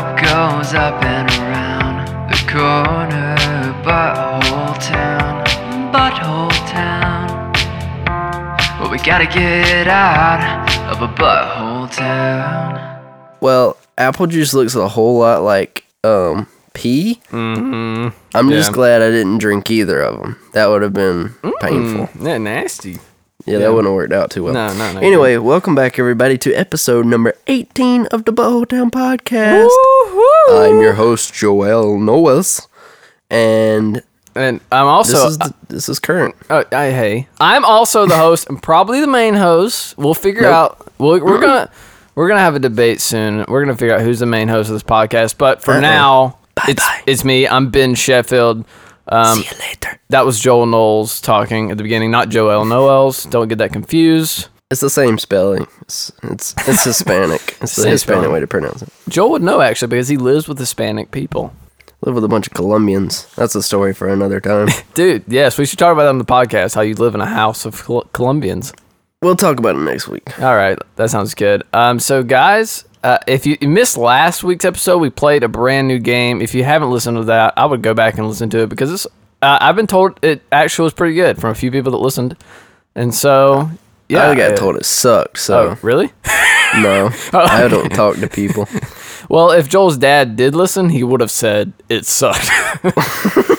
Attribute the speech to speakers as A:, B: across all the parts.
A: goes up and around the corner, butthole town, butthole town. Well, we gotta get out of a butthole town.
B: Well, apple juice looks a whole lot like um pee.
C: Mm-hmm.
B: I'm just
C: Yeah.
B: glad I didn't drink either of them. That would have been painful.
C: Mm, yeah, nasty.
B: Yeah,
C: Yeah.
B: that wouldn't have worked out too well.
C: No, no, no,
B: Anyway, welcome back everybody to episode number 18 of the Butthole Town Podcast. I'm your host Joel Noes, and
C: And I'm
B: this
C: also
B: is the, this is current.
C: Oh, I, hey, I'm also the host and probably the main host. We'll figure
B: Nope.
C: out. We'll, we're gonna we're gonna have a debate soon. We're gonna figure out who's the main host of this podcast. But for
B: Uh-oh.
C: now, it's
B: Bye-bye.
C: it's me. I'm Ben Sheffield. Um,
B: See you later.
C: that was Joel Knowles talking at the beginning, not Joel Knowles. Don't get that confused.
B: It's the same spelling. It's it's, it's Hispanic. It's the
C: Same
B: Hispanic
C: spelling.
B: way to pronounce it.
C: Joel would know actually because he lives with Hispanic people.
B: Live with a bunch of Colombians. That's a story for another time.
C: Dude, yes, we should talk about that on the podcast. How you live in a house of Col- Colombians.
B: we'll talk about it next week.
C: All right, that sounds good. Um, so guys, uh, if you missed last week's episode, we played a brand new game. If you haven't listened to that, I would go back and listen to it because it's. Uh, I've been told it actually was pretty good from a few people that listened, and so yeah,
B: I got
C: it-
B: told it sucked, so
C: Oh, really?
B: no, I don't talk to people.
C: Well, if Joel's dad did listen, he would have said it sucked.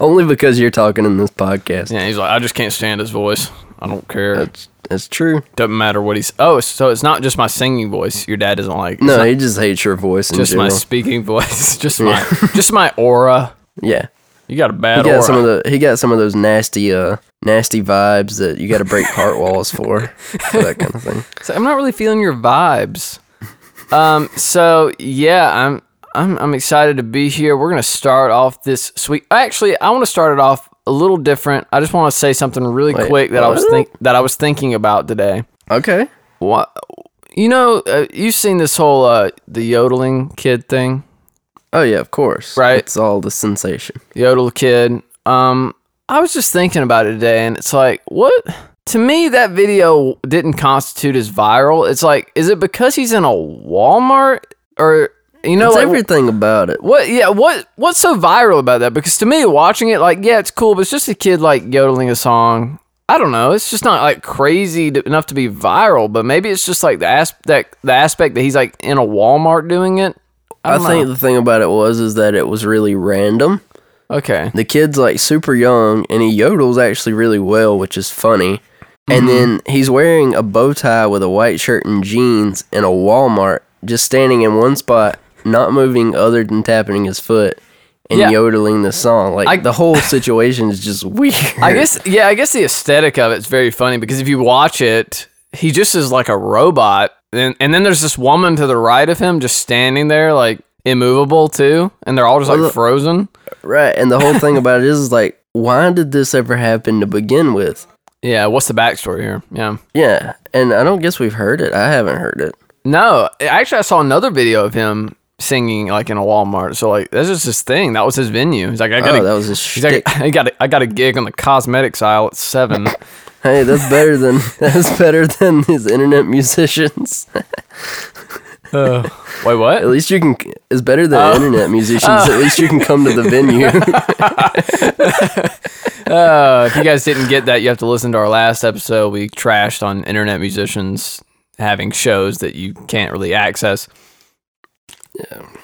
B: Only because you're talking in this podcast.
C: yeah, he's like, I just can't stand his voice. I don't care.
B: That's that's true.
C: Doesn't matter what he's. Oh, so it's not just my singing voice. Your dad doesn't like. It's
B: No,
C: not
B: he just hates your voice in
C: just my
B: general.
C: speaking voice. Just my, just my aura.
B: yeah,
C: You got a
B: he
C: bad
B: got
C: aura.
B: some of the he got some of those nasty uh nasty vibes that you got to break heart walls for, for that kind of thing.
C: So I'm not really feeling your vibes. Um. So yeah, I'm. I'm. I'm excited to be here. We're gonna start off this sweet. Actually, I want to start it off a little different. I just want to say something really
B: Wait,
C: quick that I was
B: what?
C: think that I was thinking about today.
B: Okay,
C: What? You know, uh, you've seen this whole uh, the yodeling kid thing.
B: Oh yeah, of course.
C: Right.
B: It's all the sensation.
C: Yodel Kid. Um, I was just thinking about it today, and it's like, what? To me, that video didn't constitute as viral. It's like, is it because he's in a Walmart or you know,
B: It's
C: like,
B: everything about it.
C: what? Yeah, what? What's so viral about that? Because to me, watching it, like, yeah, it's cool, but it's just a kid like yodeling a song. I don't know. It's just not like crazy to, enough to be viral, but maybe it's just like the aspect the aspect that he's like in a Walmart doing it.
B: I,
C: don't
B: think
C: know.
B: the thing about it was is that it was really random.
C: okay.
B: The kid's like super young and he yodels actually really well, which is funny.
C: Mm-hmm.
B: And then he's wearing a bow tie with a white shirt and jeans in a Walmart, just standing in one spot, not moving other than tapping his foot and
C: Yeah.
B: yodeling the song. Like
C: I-
B: the whole situation is just weird.
C: I guess yeah, I guess the aesthetic of it's very funny because if you watch it, he just is like a robot. And and then there's this woman to the right of him just standing there like immovable too, and they're all just like frozen.
B: right. And the whole thing about it is, is like, why did this ever happen to begin with?
C: Yeah, what's the backstory here? Yeah.
B: Yeah, and I don't guess we've heard it. I haven't heard it.
C: No, actually I saw another video of him singing like in a Walmart. So like that's just his thing. That was his venue. He's like I got
B: Oh,
C: a,
B: that was his
C: he's like,
B: shtick.
C: I got a, I got a gig on the cosmetics aisle at 7.
B: Hey, that's better than that's better than these internet musicians.
C: Uh, wait, what?
B: At least you can. It's better than
C: Oh.
B: internet musicians. At least you can come to the venue.
C: Uh, if you guys didn't get that, you have to listen to our last episode. We trashed on internet musicians having shows that you can't really access.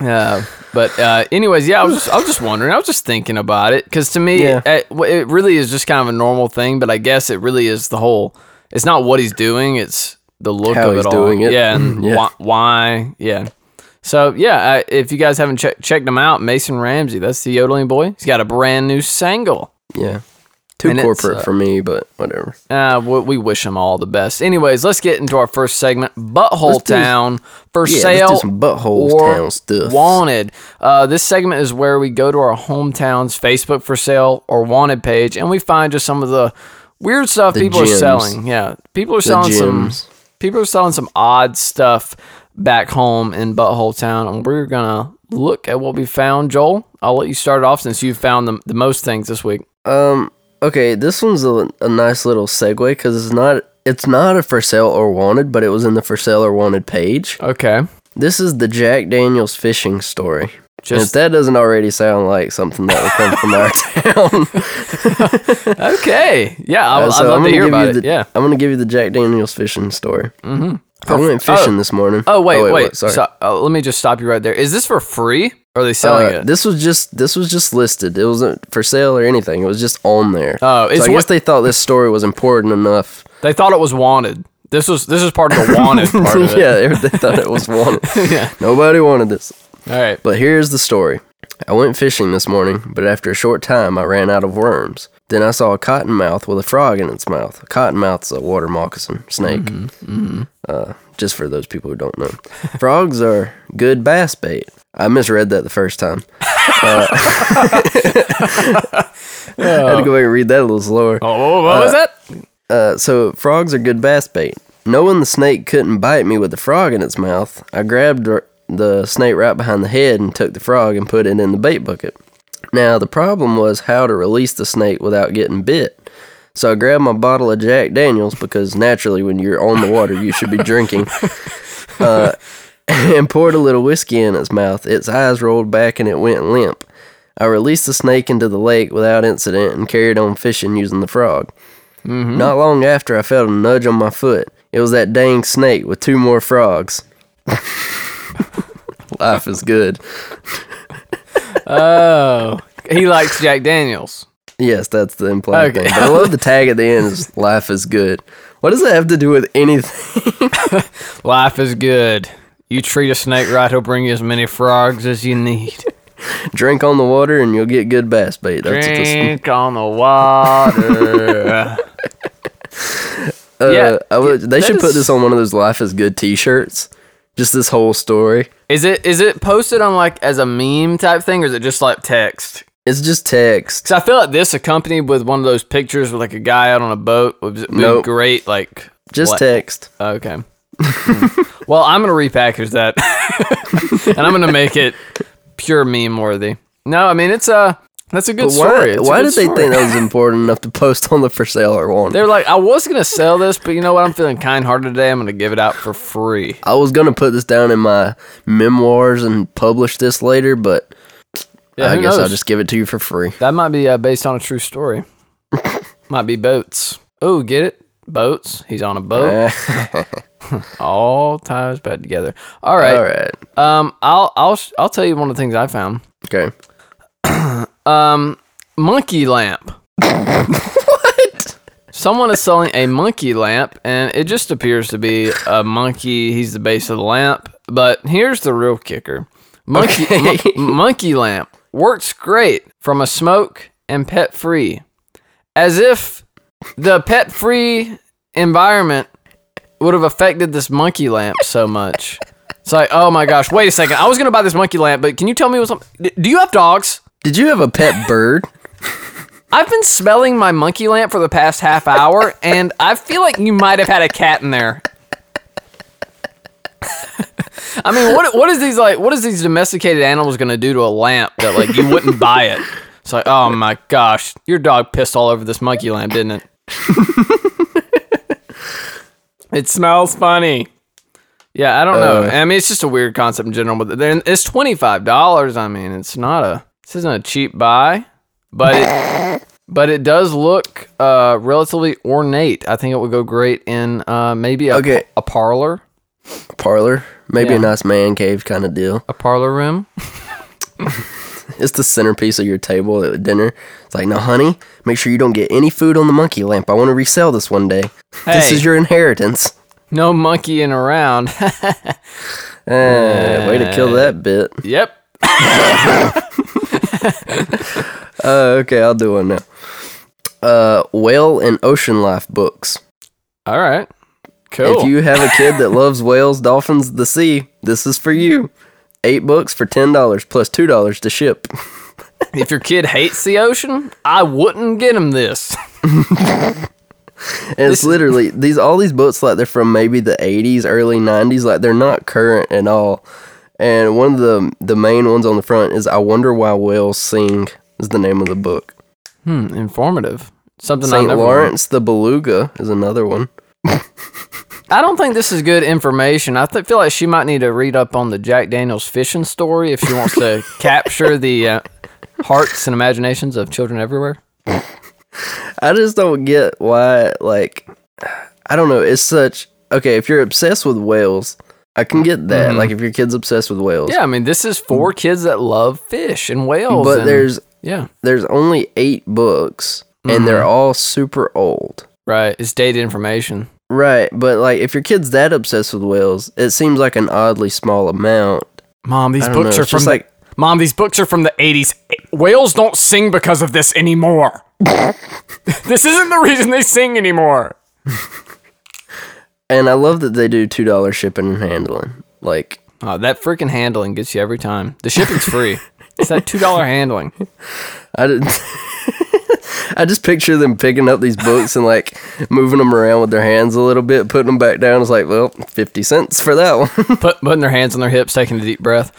C: Yeah. but uh, anyways, yeah, I was just, I was just wondering. I was just thinking about it because to me,
B: Yeah.
C: it, it really is just kind of a normal thing. But I guess it really is the whole. It's not what he's doing. It's the look
B: How
C: of
B: he's
C: it all.
B: doing it.
C: Yeah, and
B: Yeah.
C: Why, why? Yeah. So yeah, uh, if you guys haven't che- checked him out, Mason Ramsey, that's the yodeling boy. He's got a brand new single.
B: yeah, too
C: And it's,
B: corporate
C: uh,
B: for me, but whatever.
C: Uh, we, we wish them all the best. Anyways, let's get into our first segment, Butthole
B: Let's do-
C: Town for
B: Yeah,
C: sale.
B: let's do some buttholes
C: or
B: town stuff.
C: Wanted. Uh, this segment is where we go to our hometown's Facebook for sale or wanted page, and we find just some of the weird stuff people are
B: gems.
C: selling. Yeah, people are selling some.
B: gems.
C: People are selling some odd stuff back home in Butthole Town, and we're gonna look at what we found. Joel, I'll let you start it off since you found the, the most things this week.
B: Um. Okay, this one's a, a nice little segue because it's not it's not a for sale or wanted, but it was in the for sale or wanted page.
C: Okay.
B: This is the Jack Daniels fishing story. if
C: Just
B: that doesn't already sound like something that would come from our town,
C: okay. Yeah, I,
B: Uh,
C: would
B: so
C: love
B: I'm
C: to
B: gonna
C: hear
B: give you
C: about it.
B: the-
C: yeah.
B: I'm gonna give you the Jack Daniels fishing story. Mm-hmm. I went fishing this morning.
C: Oh wait, wait.
B: sorry.
C: So, uh, let me just stop you right there. Is this for free? Or are they
B: Uh,
C: selling it?
B: This was just this was just listed. It wasn't for sale or anything. It was just on there.
C: Oh,
B: so
C: it's
B: I guess
C: what-
B: they thought this story was important enough.
C: they thought it was wanted. This was this is part of the wanted part of it.
B: yeah, they, they thought it was wanted.
C: Yeah.
B: Nobody wanted this.
C: All right.
B: But here's the story. I went fishing this morning, but after a short time, I ran out of worms. Then I saw a cottonmouth with a frog in its mouth. A cottonmouth's a water moccasin snake. Uh, just for those people who don't know, frogs are good bass bait. I misread that the first time. Uh, I had to go back and read that a little slower.
C: Oh, what was that?
B: Uh, so frogs are good bass bait. Knowing the snake couldn't bite me with the frog in its mouth, I grabbed r- the snake right behind the head and took the frog and put it in the bait bucket. Now, the problem was how to release the snake without getting bit. So I grabbed my bottle of Jack Daniels because naturally, when you're on the water, you should be drinking. Uh, and poured a little whiskey in its mouth. Its eyes rolled back and it went limp. I released the snake into the lake without incident and carried on fishing using the frog.
C: Hmm?
B: Not long after, I felt a nudge on my foot. It was that dang snake with two more frogs. Life is good.
C: Oh, he likes Jack Daniels.
B: Yes, that's the implied
C: Okay.
B: thing. But I love the tag at the end. Is life is good. What does that have to do with anything?
C: Life is good. You treat a snake right, he'll bring you as many frogs as you need.
B: Drink on the water and you'll get good bass bait. That's what this.
C: Drink on the water.
B: Uh,
C: yeah,
B: I would, they
C: that
B: should put
C: is-
B: this on one of those "Life is Good" T-shirts. Just this whole story.
C: is it is it posted on like as a meme type thing, or is it just like text?
B: It's just text.
C: Because I feel like this accompanied with one of those pictures with like a guy out on a boat would would be
B: Nope.
C: great. Like
B: Just
C: what-
B: text.
C: Okay. Mm. well, I'm gonna repackage that, and I'm gonna make it pure meme worthy. No, I mean it's a that's a good
B: But
C: story.
B: why?
C: It's a
B: Why
C: good
B: did they
C: story.
B: think that was important enough to post on the for sale or want?
C: They were like, I was gonna sell this, but you know what? I'm feeling kind-hearted today. I'm gonna give it out for free.
B: I was gonna put this down in my memoirs and publish this later, but
C: Yeah,
B: I
C: who
B: guess I'll
C: knows?
B: just give it to you for free.
C: that might be uh, based on a true story. might be boats. Oh, get it? Boats. He's on a boat. All ties bad together. All right.
B: All right.
C: Um, I'll I'll sh- I'll tell you one of the things I found.
B: Okay.
C: Um, monkey lamp. what? Someone is selling a monkey lamp, and it just appears to be a monkey. He's the base of the lamp. But here's the real kicker: monkey
B: Okay.
C: mon- monkey lamp works great from a smoke and pet free, as if the pet free environment would have affected this monkey lamp so much. It's like, oh my gosh, wait a second. I was gonna buy this monkey lamp, but can you tell me what's? d- Do you have dogs?
B: Did you have a pet bird?
C: I've been smelling my monkey lamp for the past half hour, and I feel like you might have had a cat in there. I mean, what what is these like? What is these domesticated animals gonna do to a lamp that like you wouldn't buy it? It's like, oh my gosh, your dog pissed all over this monkey lamp, didn't it? it smells funny. Yeah, I don't know.
B: Uh.
C: I mean, it's just a weird concept in general, but then it's twenty five dollars. I mean, it's not a this isn't a cheap buy, but it, but it does look uh, relatively ornate. I think it would go great in uh, maybe a,
B: Okay.
C: a parlor,
B: Parlor. Maybe
C: Yeah.
B: a nice man cave kind of deal.
C: a parlor room.
B: It's the centerpiece of your table at dinner. It's like, now, honey, make sure you don't get any food on the monkey lamp. I want to resell this one day. This
C: Hey.
B: is your inheritance.
C: No monkeying around.
B: Eh, way to kill that bit.
C: yep.
B: Uh, okay, I'll do one now. Uh, whale and ocean life books.
C: All right. Cool.
B: If you have a kid that loves whales, dolphins, the sea, this is for you. Eight books for ten dollars plus two dollars to ship.
C: if your kid hates the ocean, I wouldn't get him this.
B: And it's literally these all these books like they're from maybe the eighties, early nineties, like they're not current at all. And one of the the main ones on the front is I Wonder Why Whales Sing is the name of the book.
C: Hmm, informative. Something I
B: St.
C: never
B: Lawrence the Beluga is another one.
C: I don't think this is good information. I th- feel like she might need to read up on the Jack Daniels fishing story if she wants to capture the uh, hearts and imaginations of children everywhere.
B: I just don't get why, like, I don't know. It's such. Okay, if you're obsessed with whales, I can get that. Like, if your kid's obsessed with whales.
C: Yeah, I mean, this is for kids that love fish and whales.
B: But
C: and-
B: there's
C: yeah,
B: there's only eight books,
C: Mm-hmm.
B: and they're all super old.
C: right. It's dated information.
B: Right, but like if your kid's that obsessed with whales, it seems like an oddly small amount.
C: Mom, these
B: I don't
C: books
B: know,
C: are
B: it's
C: from
B: just
C: the-
B: like-
C: Mom, these books are from the 80s. Whales don't sing because of this anymore. this isn't the reason they sing anymore.
B: And I love that they do two dollar shipping and handling. Like
C: Oh, that freaking handling gets you every time. The shipping's free. it's that two dollar handling.
B: I didn't. I just picture them picking up these books and like moving them around with their hands a little bit, putting them back down. It's like, well, fifty cents for that one.
C: Put, putting their hands on their hips, taking a deep breath.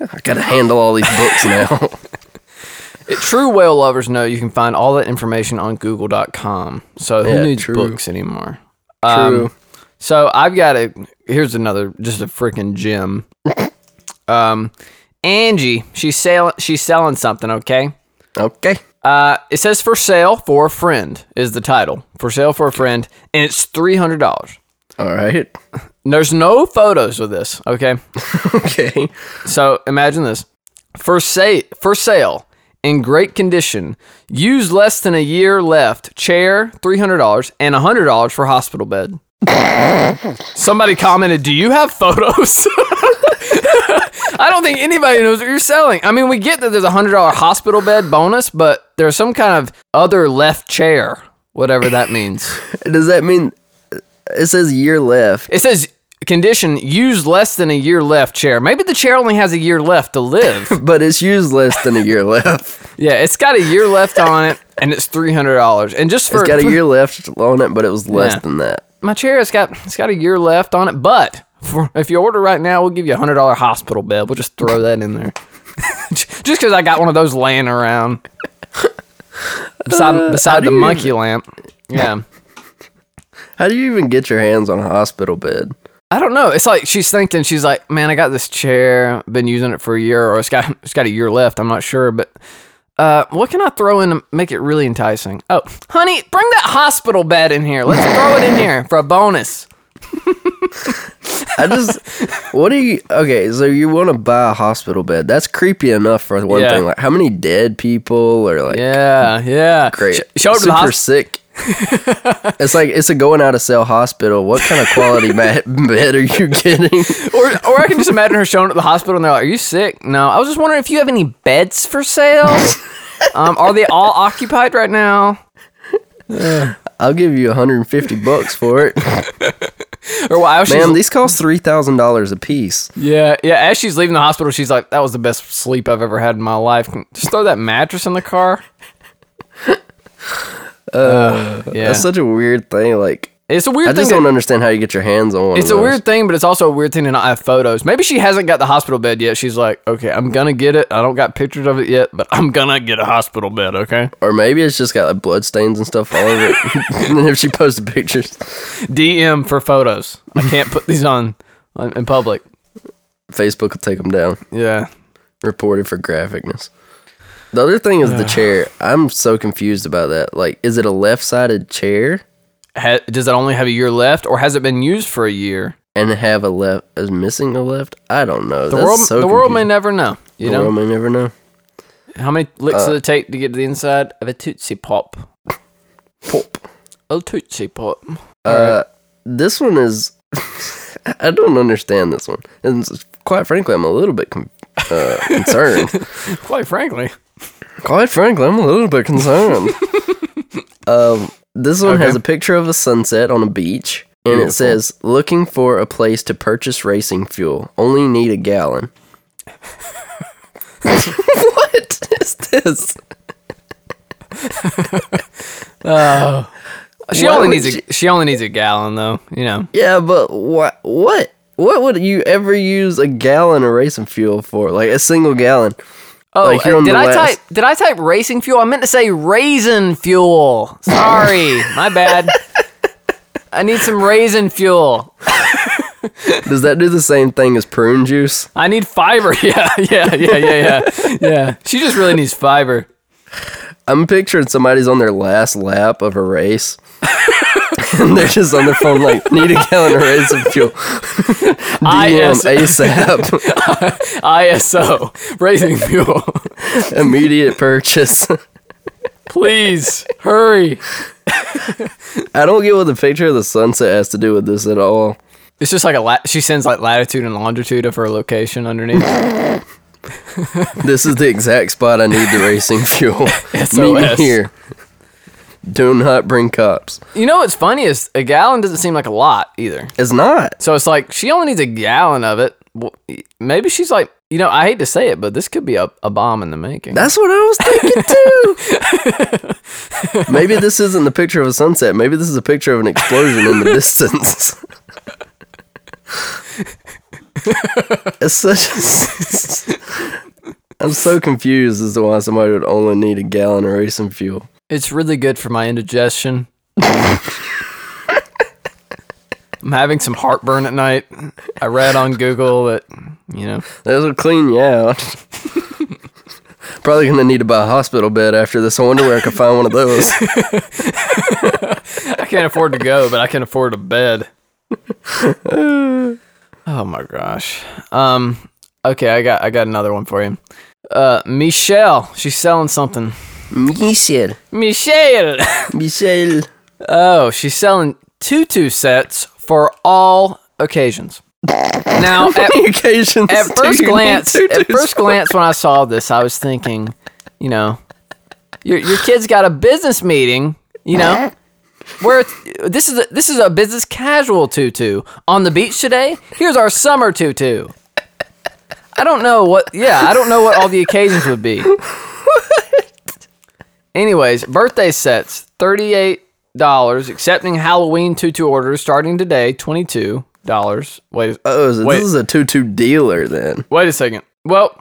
B: I gotta handle all these books now.
C: It, true whale lovers know you can find all that information on Google.com. So who
B: Yeah,
C: needs
B: true.
C: books anymore? Um,
B: True.
C: So I've got a here's another just a freaking gem. um, Angie, she's selling she's selling something. Okay.
B: Okay.
C: Uh, it says for sale for a friend is the title for sale for a friend, and it's three hundred dollars.
B: All right.
C: There's no photos of this. Okay.
B: Okay.
C: So imagine this. For say for sale in great condition. Use less than a year left. Chair three hundred dollars and hundred dollars for hospital bed. Somebody commented, "Do you have photos?" I don't think anybody knows what you're selling. I mean, we get that there's a hundred dollar hospital bed bonus, but there's some kind of other left chair, whatever that means.
B: Does that mean it says year left?
C: It says condition use less than a year left chair. Maybe the chair only has a year left to live.
B: But it's used less than a year left.
C: Yeah, it's got a year left on it, and it's three hundred dollars. And just for
B: It's got a year left on it, but it was less
C: Yeah.
B: than that.
C: my chair, it's got it's got a year left on it. But for, if you order right now, we'll give you a hundred dollar hospital bed. We'll just throw that in there, just because I got one of those laying around beside beside the
B: Uh, do you-
C: monkey lamp. Yeah,
B: How do you even get your hands on a hospital bed?
C: I don't know. It's like she's thinking she's like, man, I got this chair, been using it for a year, or it's got it's got a year left. I'm not sure, but. Uh, what can I throw in to make it really enticing? Oh, honey, bring that hospital bed in here. Let's throw it in here for a bonus.
B: I just, what do you? Okay, so you want to buy a hospital bed? That's creepy enough for one
C: Yeah.
B: thing. Like, how many dead people or like
C: Yeah, yeah.
B: great,
C: Sh- show up to
B: super
C: the hospital.
B: sick? it's like it's a going out of sale hospital. What kind of quality ma- bed are you getting?
C: Or, or I can just imagine her showing up at the hospital and they're like, "Are you sick?" No, I was just wondering if you have any beds for sale. um, are they all occupied right now?
B: I'll give you 150 bucks for it,
C: Or why? Well,
B: ma'am. These cost three thousand dollars a piece.
C: yeah, yeah. As she's leaving the hospital, she's like, "That was the best sleep I've ever had in my life." Just throw that mattress in the car. Uh, yeah,
B: That's such a weird thing. Like,
C: it's a weird
B: I
C: thing.
B: just
C: to-
B: don't understand how you get your hands on one.
C: It's
B: of
C: a
B: those.
C: weird thing, but it's also a weird thing to not have photos. Maybe she hasn't got the hospital bed yet. She's like, okay, I'm gonna get it. I don't got pictures of it yet, but I'm gonna get a hospital bed. Okay,
B: or maybe it's just got like blood stains and stuff all over it. and if she posted pictures,
C: DM for photos. I can't put these on on- in public.
B: Facebook will take them down.
C: Yeah,
B: reported for graphicness. The other thing is the chair. I'm so confused about that. Like, is it a left sided chair
C: ha- does it only have a year left, or has it been used for a year?
B: and have a left is missing a left? I don't know.
C: The world, the world may never know. You
B: the
C: know
B: world may never know.
C: how many licks
B: Uh,
C: does it take to get to the inside of a tootsie pop?
B: Pop.
C: A tootsie pop.
B: Uh, this one is. I don't understand this one, and s- quite frankly, I'm a little bit con uh, concerned.
C: Uh, Quite frankly,
B: Quite frankly, I'm a little bit concerned. um, this one has
C: Okay.
B: a picture of a sunset on a beach, and
C: Beautiful.
B: it says, "Looking for a place to purchase racing fuel. Only need a gallon." what is this?
C: she
B: Why
C: only
B: would
C: needs a she only needs a gallon though. You know.
B: Yeah, but what? What? What would you ever use a gallon of racing fuel for? Like a single gallon?
C: Oh,
B: Like, you're
C: uh,
B: on
C: did
B: the
C: I
B: last-
C: type did I type racing fuel? I meant to say raisin fuel. Sorry, my bad. I need some raisin fuel.
B: Does that do the same thing as prune juice?
C: I need fiber. Yeah, yeah, yeah, yeah, yeah. Yeah. She just really needs fiber.
B: I'm picturing somebody's on their last lap of a race. and they're just on their phone like need a gallon of raisin fuel. DM
C: IS
B: ASAP.
C: ISO. Raising fuel.
B: Immediate purchase.
C: Please. Hurry.
B: I don't get what the picture of the sunset has to do with this at all.
C: It's just like a la- she sends like latitude and longitude of her location underneath.
B: This is the exact spot I need the racing fuel. Meet me
C: SOS.
B: here. Do not bring cops.
C: you know what's funny is a gallon doesn't seem like a lot either.
B: It's not.
C: So it's like she only needs a gallon of it. Well, Maybe she's like, you know, I hate to say it, but this could be a, a bomb in the making.
B: That's what I was thinking too. Maybe this isn't the picture of a sunset. Maybe this is a picture of an explosion in the distance. it's such. A, I'm so confused as to why somebody would only need a gallon of racing fuel.
C: It's really good for my indigestion. I'm having some heartburn at night. I read on Google that, you know,
B: That'll clean you out. Probably gonna need to buy a hospital bed after this. I wonder where I could find one of those.
C: I can't afford to go, but I can afford a bed. oh my gosh. Um okay, I got I got another one for you. Uh Michelle, she's selling something.
B: Michel,
C: Michelle.
B: Michel.
C: Oh, she's selling tutu sets for all occasions. Now, at,
B: Occasions.
C: at
B: do
C: first
B: you need
C: glance,
B: to
C: at
B: do
C: first glance, when I saw this, I was thinking, you know, your your kid's got a business meeting, you know, where it's, this is a, this is a business casual tutu on the beach today. Here's our summer tutu. I don't know what. Yeah, I don't know what all the occasions would be. Anyways, birthday sets thirty eight dollars. Accepting Halloween tutu orders starting today twenty two dollars. Wait, uh,
B: Oh, so
C: Wait.
B: this is a two-two dealer then.
C: Wait a second. Well,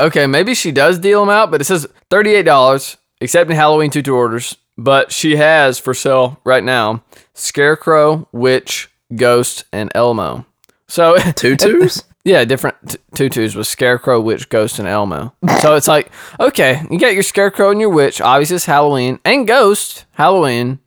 C: okay, maybe she does deal them out, but it says thirty-eight dollars, accepting Halloween tutu orders. But she has for sale right now Scarecrow, Witch, Ghost, and Elmo. So
B: Tutus?
C: yeah, different t- tutus with Scarecrow, Witch, Ghost, and Elmo. So it's like okay, you got your Scarecrow and your Witch. Obviously, it's Halloween and Ghost Halloween,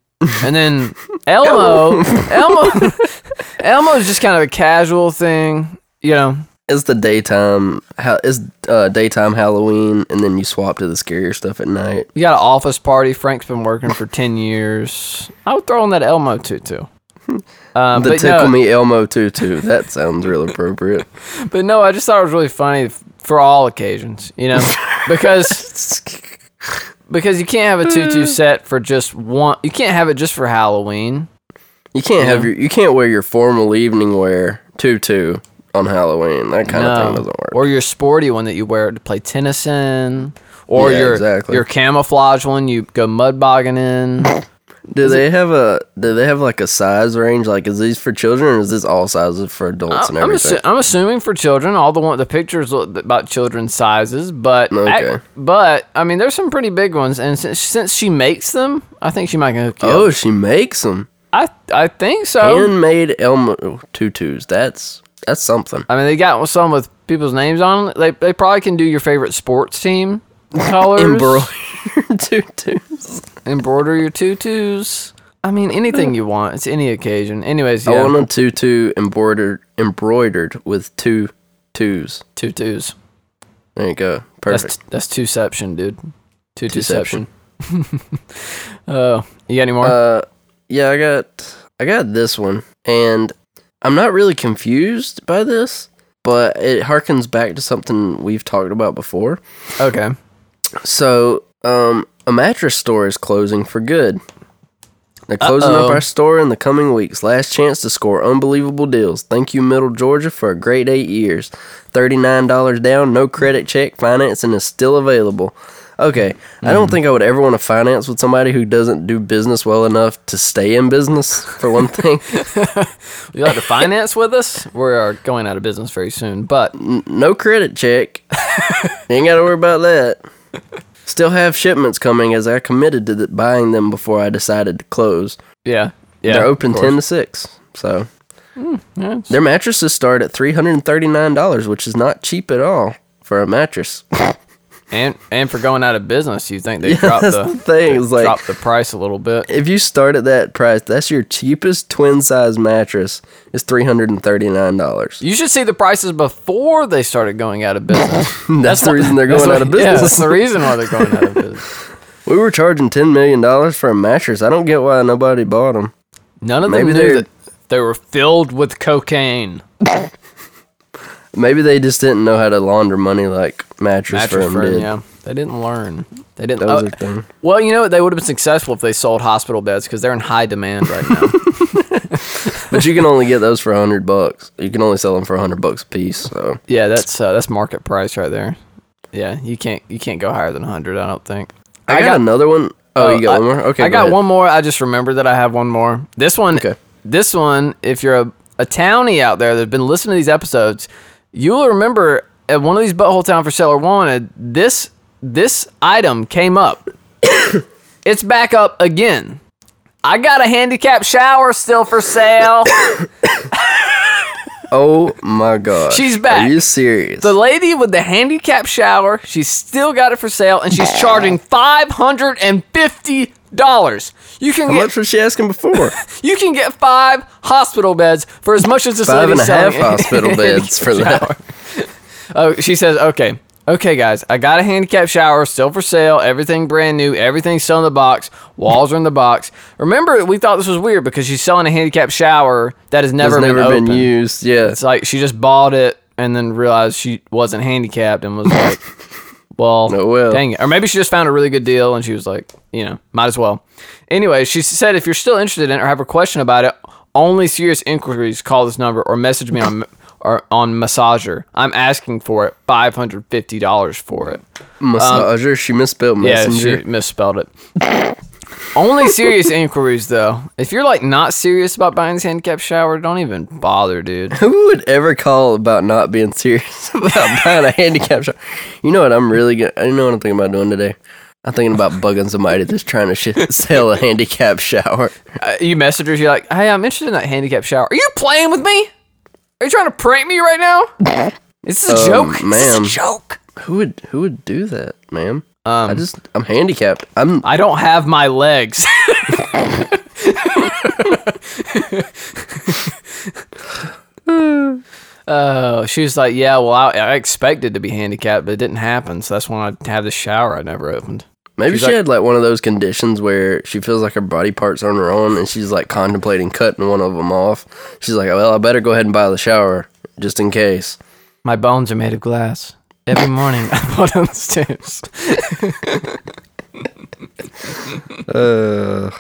C: and then Elmo, Elmo, Elmo's just kind of a casual thing, you know.
B: it's the daytime. Ha- it's uh, daytime Halloween, and then you swap to the scarier stuff at night.
C: You got an office party. Frank's been working for 10 years. I would throw in that Elmo tutu. Um,
B: The
C: but,
B: tickle
C: no,
B: me Elmo tutu. That sounds real appropriate.
C: but no, I just thought it was really funny f- for all occasions, you know, because because you can't have a tutu set for just one. You can't have it just for Halloween.
B: You can't have your. You can't wear your formal evening wear tutu on Halloween. That kind of
C: No.
B: thing doesn't work.
C: um, Or your sporty one that you wear to play tennis in, or
B: Yeah,
C: your
B: exactly.
C: your camouflage one you go mud bogging in.
B: do they have a? Do they have like a size range? Like, is these for children, or is this all sizes for adults and
C: I'm,
B: everything?
C: assu- I'm assuming for children, all the one the pictures look about children's sizes, but ac-
B: Okay.
C: but I mean, there's some pretty big ones, and since, since she makes them, I think she might can hook you up.
B: oh, she makes them
C: I I think so.
B: handmade Elmo tutus. That's that's something.
C: I mean, they got some with people's names on. them. They they probably can do your favorite sports team colors,
B: Embroidered tutus.
C: embroider your tutus. I mean, anything you want. It's any occasion. Anyways,
B: I
C: yeah,
B: want a tutu embroidered embroidered with two twos.
C: tutus.
B: There you go.
C: That's
B: Perfect.
C: that's twoception, dude. Tutuception.
B: Tuception.
C: Oh, you got any more?
B: uh yeah, I got I got this one and I'm not really confused by this, but it harkens back to something we've talked about before.
C: okay.
B: So, um a mattress store is closing for good. They're closing
C: Uh-oh.
B: up our store in the coming weeks. Last chance to score unbelievable deals. Thank you, Middle Georgia, for a great eight years. $39 down, no credit check, financing is still available. Okay, I don't think I would ever want to finance with somebody who doesn't do business well enough to stay in business, for one thing.
C: Would you like to finance with us? We are going out of business very soon, but
B: no credit check. you ain't got to worry about that. Still have shipments coming as I committed to th- buying them before I decided to close.
C: yeah, Yeah,
B: They're
C: of
B: open
C: course. Hmm,
B: ten to six. So
C: Yeah,
B: their mattresses start at three hundred and thirty nine dollars, which is not cheap at all for a mattress.
C: and and for going out of business, you think they
B: Yeah,
C: dropped
B: that's
C: the,
B: the thing,
C: they
B: is like-
C: dropped the price a little bit?
B: if you start at that price, that's your cheapest twin size mattress is three hundred and thirty nine dollars.
C: You should see the prices before they started going out of business.
B: That's, the
C: why-
B: reason they're
C: that's
B: going
C: why-
B: out of
C: Yeah,
B: business.
C: that's the reason why they're going out of business.
B: we were charging ten million dollars for a mattress. I don't get why nobody bought them.
C: None of
B: Maybe
C: them knew
B: they're-
C: that they were filled with cocaine.
B: Maybe they just didn't know how to launder money like mattress,
C: Mattress
B: firm,
C: firm,
B: did.
C: yeah. They didn't learn. They didn't.
B: That was
C: oh,
B: their thing.
C: Well, you know what? They would have been successful if they sold hospital beds because they're in high demand right now.
B: But you can only get those for a hundred bucks. You can only sell them for a hundred bucks a piece. So
C: yeah, that's uh, that's market price right there. Yeah, you can't you can't go higher than hundred. I don't think.
B: I, got, another one. Oh, you got
C: I-
B: one more? Okay,
C: I
B: go
C: got
B: ahead.
C: one more. I just remembered that I have one more. This one.
B: Okay.
C: This one. If you're a, a townie out there that's been listening to these episodes, you'll remember at one of these butthole town for seller wanted this this item came up. it's back up again. I got a handicap shower still for sale.
B: Oh my god,
C: She's back.
B: Are you serious?
C: the lady with the handicap shower, she's still got it for sale, and she's charging five hundred and fifty dollars. You can
B: how
C: get
B: much was she asking before?
C: You can get five hospital beds for as much as this
B: Five and
C: lady's
B: a half
C: selling.
B: hospital beds for that.
C: Oh, she says, okay, okay, guys, I got a handicap shower, still for sale, everything brand new, everything's still in the box, walls are in the box. Remember, we thought this was weird because she's selling a handicap shower that has
B: It's
C: never,
B: never been,
C: opened.
B: used. Yeah,
C: It's like she just bought it and then realized she wasn't handicapped and was like, well,
B: Oh, well.
C: dang it. Or maybe she just found a really good deal and she was like, you know, might as well. Anyway, she said if you're still interested in it or have a question about it, only serious inquiries call this number or message me on or on Massager. I'm asking for it, $550 for it.
B: massager. she misspelled messenger.
C: um, Yeah, she misspelled it. Only serious inquiries, though. If you're like not serious about buying this handicap shower, don't even bother, dude.
B: Who would ever call about not being serious about buying a handicap shop? You know what? I'm really good. I know what I'm thinking about doing today. I'm thinking about bugging somebody that's trying to shit, sell a handicap shower.
C: uh, you messengers, you're like, hey, I'm interested in that handicap shower. Are you playing with me? Are you trying to prank me right now? Is this a
B: Um,
C: joke? Is this a
B: ma'am.
C: joke?
B: Who would who would do that, ma'am?
C: Um,
B: I just I'm handicapped. I'm
C: I don't have my legs. Oh, she was like, yeah, well, I, I expected to be handicapped, but it didn't happen. So that's when I had the shower I never opened.
B: maybe
C: she's
B: she
C: like-
B: had like one of those conditions where she feels like her body parts on her own, and she's like contemplating cutting one of them off. She's like, well, I better go ahead and buy the shower just in case.
C: My bones are made of glass. Every morning I walk down the stairs.
B: Uh,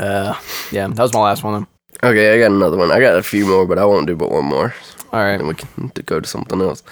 C: Uh, yeah, that was my last one.
B: okay, I got another one. I got a few more, but I won't do but one more.
C: Though. All right.
B: and we can to go to something else.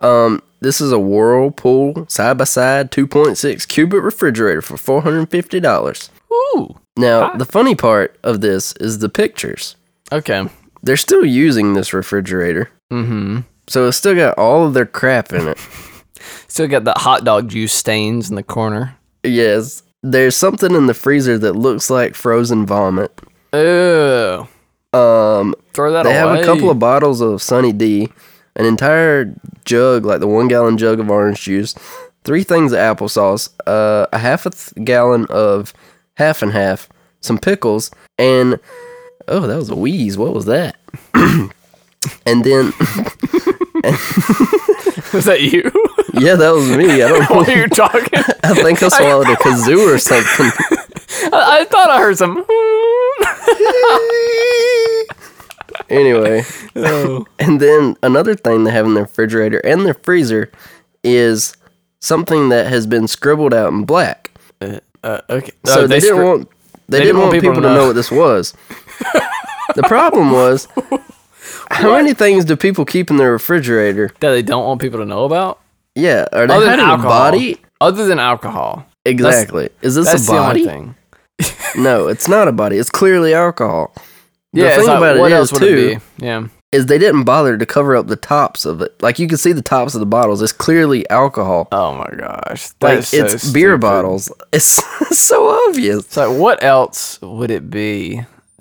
B: Um, this is a Whirlpool side by side 2.6 cubic refrigerator for $450.
C: Ooh.
B: Now, the funny part of this is the pictures.
C: Okay.
B: They're still using this refrigerator.
C: Mm-hmm.
B: So it's still got all of their crap in it.
C: Still got that hot dog juice stains in the corner.
B: Yes. There's something in the freezer that looks like frozen vomit.
C: Ew.
B: Um,
C: Throw that
B: they
C: away.
B: have a couple of bottles of Sunny D, an entire jug, like the one gallon jug of orange juice, three things of applesauce, uh, a half a th- gallon of half and half, some pickles, and oh, that was a wheeze. What was that? and then,
C: Is that you?
B: yeah, that was me. I don't know.
C: While you're talking, I,
B: I think I swallowed a kazoo or something.
C: I thought I heard some.
B: anyway,
C: oh.
B: and then another thing they have in their refrigerator and their freezer is something that has been scribbled out in black.
C: Uh, okay.
B: So
C: Oh,
B: they, didn't
C: scr-
B: want they, didn't, want people, to know what this was. the problem was how many things do people keep in their refrigerator?
C: that they don't want people to know about.
B: Yeah, are they
C: Other than
B: hiding a
C: alcohol.
B: body?
C: Other than alcohol.
B: Exactly. Is this
C: That's
B: a body?
C: the only thing.
B: No, it's not a body. It's clearly alcohol. The
C: Yeah. it's
B: thing
C: like,
B: about it
C: what
B: is,
C: else would
B: too-
C: it be? Yeah.
B: Is they didn't bother to cover up the tops of it. Like you can see the tops of the bottles. It's clearly alcohol.
C: Oh my gosh. That
B: like
C: is so
B: it's beer
C: stupid.
B: bottles. It's so obvious.
C: It's like, what else would it be?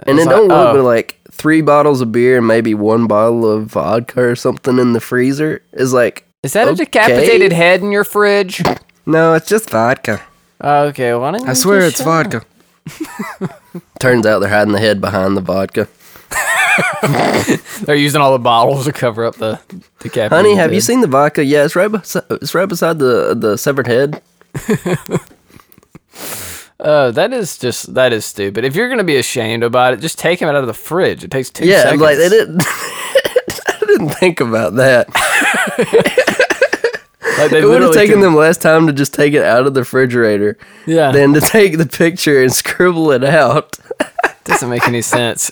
B: And
C: It's
B: it don't
C: like-
B: look
C: oh.
B: but like three bottles of beer and maybe one bottle of vodka or something in the freezer is like
C: Is that a
B: Okay.
C: decapitated head in your fridge?
B: no, it's just vodka.
C: okay, why didn't
B: I
C: you
B: swear
C: just
B: it's
C: shut-
B: vodka. Turns out they're hiding the head behind the vodka.
C: They're using all the bottles to cover up the decapitated.
B: Honey, have you
C: head.
B: seen the vodka? Yeah, it's right beside it's right beside the the severed head.
C: Oh, that is just that is stupid. If you're gonna be ashamed about it, just take him out of the fridge. It takes two
B: Yeah,
C: seconds.
B: like they didn't. I didn't think about that.
C: Like, they
B: It would have
C: literally
B: taken
C: could-
B: them less time to just take it out of the refrigerator
C: Yeah,
B: than to take the picture and scribble it out.
C: doesn't make any sense.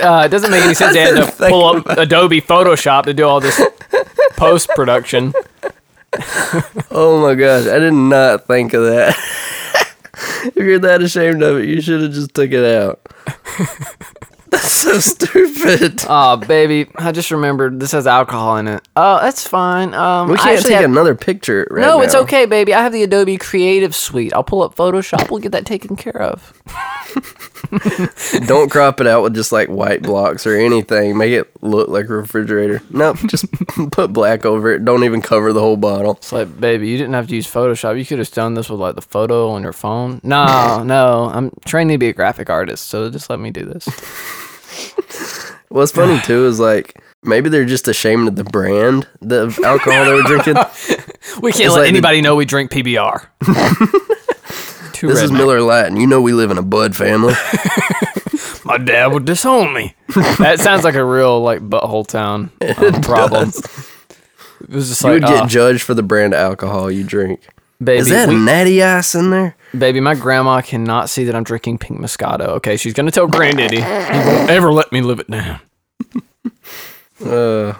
C: Uh, it doesn't make any sense. They had to
B: think
C: pull up Adobe Photoshop to do all this post production.
B: Oh my gosh, I did not think of that. if you're that ashamed of it, you should have just took it out. That's so stupid.
C: Oh, baby, I just remembered this has alcohol in it. Oh, that's fine. Um,
B: We
C: I
B: can't
C: actually
B: take
C: have-
B: another picture right
C: No, it's
B: now.
C: okay, baby. I have the Adobe Creative Suite. I'll pull up Photoshop. We'll get that taken care of.
B: Don't crop it out with just like white blocks or anything. Make it look like a refrigerator. Nope, just put black over it. Don't even cover the whole bottle.
C: It's like, baby, you didn't have to use Photoshop. You could have done this with like the photo on your phone. No, no, I'm training to be a graphic artist, so just let me do this.
B: What's funny too is like maybe they're just ashamed of the brand the alcohol they were drinking.
C: We can't
B: It's
C: let
B: like the-
C: anybody know we drink PBR. Too
B: This is
C: redneck.
B: Miller Lite, and you know we live in a Bud family.
C: My dad would disown me. that sounds like a real like butthole town um, problem. It was just
B: you
C: like,
B: would get
C: "Ah,
B: judged for the brand of alcohol you drink.
C: baby,
B: Is that
C: we-
B: natty ice in there?
C: baby, my grandma cannot see that I'm drinking pink Moscato. Okay, she's gonna tell Granddaddy he won't ever let me live it down.
B: Uh,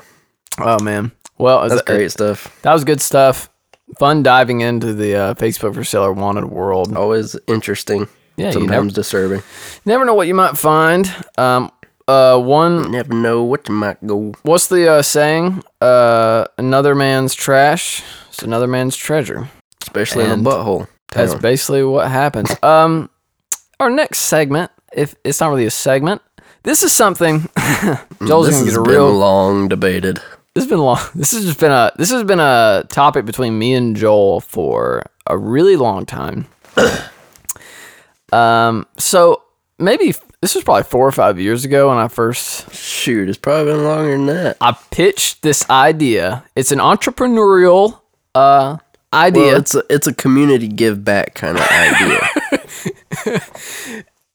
C: Oh man. Well, is
B: that's
C: that-
B: great stuff.
C: That was good stuff. Fun diving into the uh, Facebook for Seller Wanted world.
B: Always interesting.
C: Yeah, you
B: sometimes
C: never-
B: disturbing.
C: Never know what you might find. Um, uh, one,
B: Never know what you might go.
C: what's the uh, saying? Uh, another man's trash is another man's treasure.
B: Especially in
C: And
B: a butthole.
C: That's
B: town.
C: basically what happens. Um, our next segment, if it's not really a segment, this is something. Joel's
B: Mm, Hmm, this
C: gonna
B: has
C: get a
B: been
C: real.
B: long debated.
C: This has been long. This has just been a. This has been a topic between me and Joel for a really long time. um. So maybe f- this was probably four or five years ago when I first
B: Shoot, it's probably been longer than that.
C: I pitched this idea. It's an entrepreneurial uh idea.
B: Well, Oh, it's a, it's a community give back kind of idea.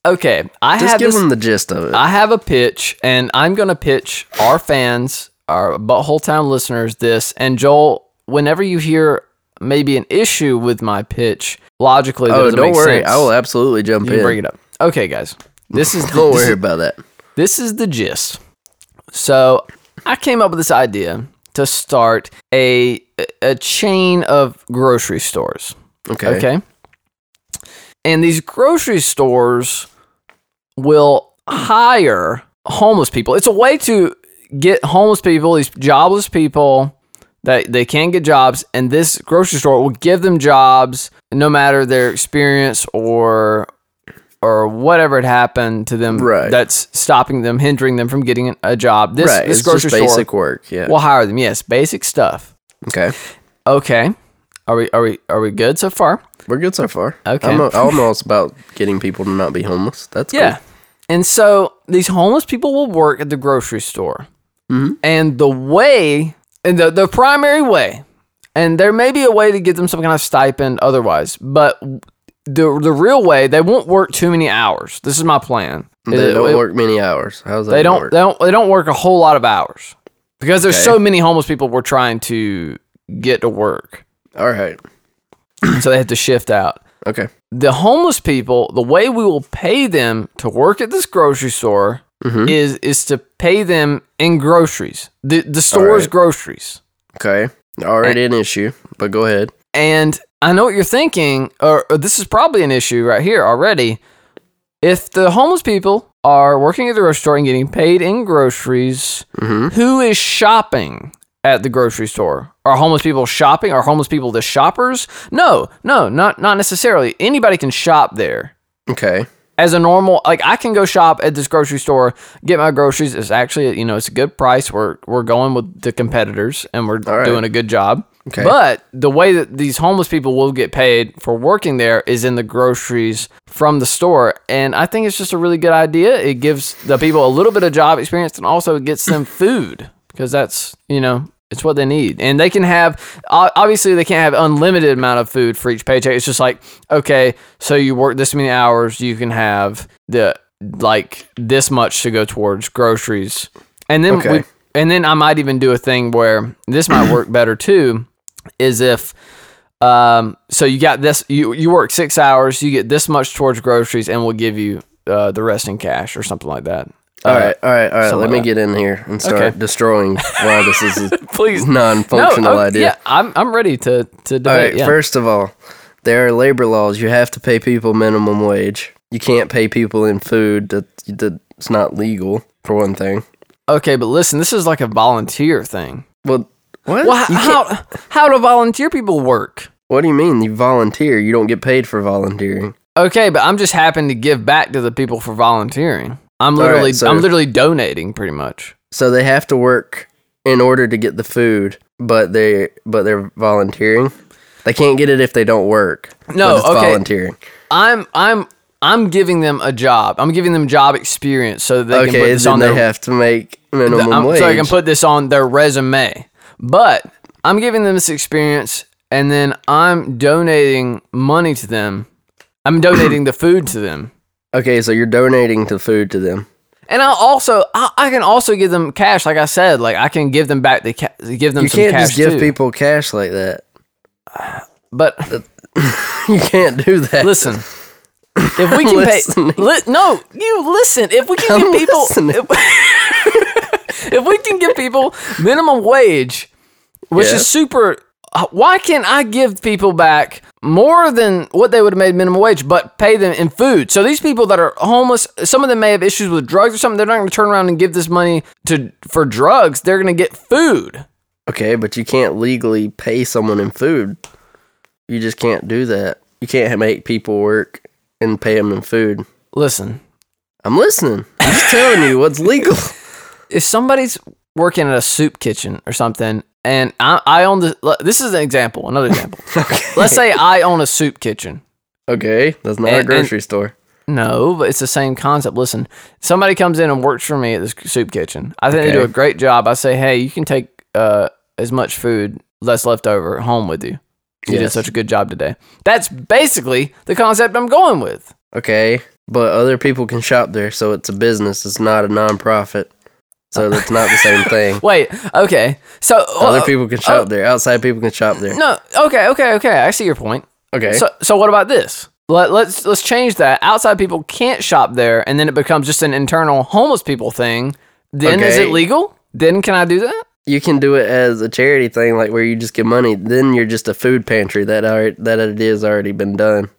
C: okay, I
B: Just
C: have
B: give
C: this,
B: them the gist of it.
C: I have a pitch, and I'm going to pitch our fans, our Butthole Town listeners, this. And Joel, whenever you hear maybe an issue with my pitch, logically, that
B: oh,
C: doesn't
B: don't
C: make
B: worry.
C: sense,
B: I will absolutely jump
C: you can
B: in.
C: bring it up. Okay, guys, this is
B: Don't
C: this
B: worry
C: is-
B: about that.
C: this is the gist. So I came up with this idea to start a a chain of grocery stores.
B: Okay.
C: Okay. And these grocery stores will hire homeless people. It's a way to get homeless people, these jobless people that they can't get jobs, and this grocery store will give them jobs no matter their experience or or whatever had happened to them
B: Right.
C: that's stopping them, hindering them from getting a job. This,
B: right.
C: this
B: it's
C: grocery
B: just basic
C: store
B: work. Yeah.
C: will hire them. Yes, basic stuff.
B: okay.
C: Okay. Are we are we are we good so far?
B: We're good so far.
C: Okay.
B: I'm, a, I'm all about getting people to not be homeless. That's
C: Yeah.
B: cool.
C: And so these homeless people will work at the grocery store.
B: Mm-hmm.
C: And the way, and the, the primary way, and there may be a way to give them some kind of stipend otherwise, but the, the real way, they won't work too many hours. This is my plan.
B: They
C: It-
B: don't
C: it-
B: work many hours. How's that?
C: they don't
B: Work?
C: they don't they don't work a whole lot of hours because there's
B: Okay.
C: so many homeless people we're trying to get to work.
B: All right.
C: so they have to shift out.
B: Okay.
C: the homeless people, the way we will pay them to work at this grocery store is is to pay them in groceries, the the store's
B: right.
C: groceries.
B: Okay. Already an issue, but go ahead.
C: And I know what you're thinking, or, or this is probably an issue right here already. If the homeless people are working at the grocery store and getting paid in groceries,
B: Mm-hmm.
C: who is shopping at the grocery store? Are homeless people shopping? Are homeless people the shoppers? No, no, not not necessarily. Anybody can shop there.
B: Okay.
C: as a normal like I can go shop at this grocery store, get my groceries. It's actually you know it's a good price. We're we're going with the competitors and we're
B: right.
C: doing a good job.
B: Okay.
C: But the way that these homeless people will get paid for working there is in the groceries from the store. And I think it's just a really good idea. It gives the people a little bit of job experience and also it gets them food because that's, you know, it's what they need. And they can have, o- obviously, they can't have unlimited amount of food for each paycheck. It's just like, okay, so you work this many hours, you can have the, like, this much to go towards groceries. And then
B: Okay.
C: we, and then I might even do a thing where this might work better too is if um so you got this you you work six hours you get this much towards groceries and we'll give you uh the rest in cash or something like that
B: All right, all right, all right.
C: something
B: Let
C: like
B: me
C: that.
B: get in here and start
C: Okay.
B: destroying why this is a
C: Please.
B: non-functional
C: oh,
B: idea.
C: yeah i'm i'm ready to to
B: All
C: debate
B: right,
C: yeah.
B: first of all, there are labor laws. You have to pay people minimum wage. You can't pay people in food that that's not legal for one thing.
C: okay but listen this is like a volunteer thing
B: Well, what?
C: well h-
B: You can't-
C: how how do volunteer people work
B: what do you mean? You volunteer. You don't get paid for volunteering.
C: okay but i'm just happen to give back to the people for volunteering i'm
B: right,
C: literally
B: so-
C: i'm literally donating pretty much
B: So they have to work in order to get the food, but they but they're volunteering. They can't get it if they don't work.
C: No,
B: but it's
C: okay.
B: volunteering.
C: i'm i'm i'm giving them a job i'm giving them job experience so that they can put
B: Okay,
C: this
B: then
C: on
B: they
C: their
B: have to make minimum
C: I'm-
B: wage.
C: so I can put this on their resume. But I'm giving them this experience, and then I'm donating money to them. I'm donating the food to them,
B: okay, so you're donating the food to them.
C: and I also I, I can also give them cash. Like I said, like I can give them back the ca- give them
B: You
C: some
B: can't
C: cash
B: just give
C: too.
B: people cash like that.
C: But
B: You can't do that.
C: listen. If we can pay,
B: listening.
C: li- no, you listen. If we can
B: I'm
C: give people,
B: listening.
C: if we can give people minimum wage, which
B: Yeah.
C: is super, why can't I give people back more than what they would have made minimum wage, but pay them in food? So these people that are homeless, some of them may have issues with drugs or something. They're not going to turn around and give this money to for drugs. They're going to get food.
B: Okay, but you can't legally pay someone in food. You just can't do that. You can't make people work and pay them in food.
C: Listen,
B: I'm listening. I'm just telling you what's legal.
C: if somebody's working at a soup kitchen or something, and I, I own the, this is an example, another example.
B: Okay.
C: Let's say I own a soup kitchen.
B: Okay, that's not
C: And-
B: a grocery store.
C: No, but it's the same concept. Listen, somebody comes in and works for me at this soup kitchen. I think they do
B: Okay.
C: a great job. I say, hey, you can take uh, as much food that's left over home with you. You did
B: Yes.
C: such a good job today. That's basically the concept I'm going with.
B: Okay, but other people can shop there, so it's a business. It's not a non-profit. So that's not the same thing.
C: Wait, okay. So
B: Other
C: uh,
B: people can shop there. Outside people can shop there.
C: No, okay, okay, okay. I see your point.
B: Okay.
C: So, so what about this? Let, let's let's change that. Outside people can't shop there, and then it becomes just an internal homeless people thing. Then is it
B: Okay.
C: legal? Then can I do that?
B: you can do it as a charity thing, like where you just give money. Then you're just a food pantry. That already, that idea's already been done.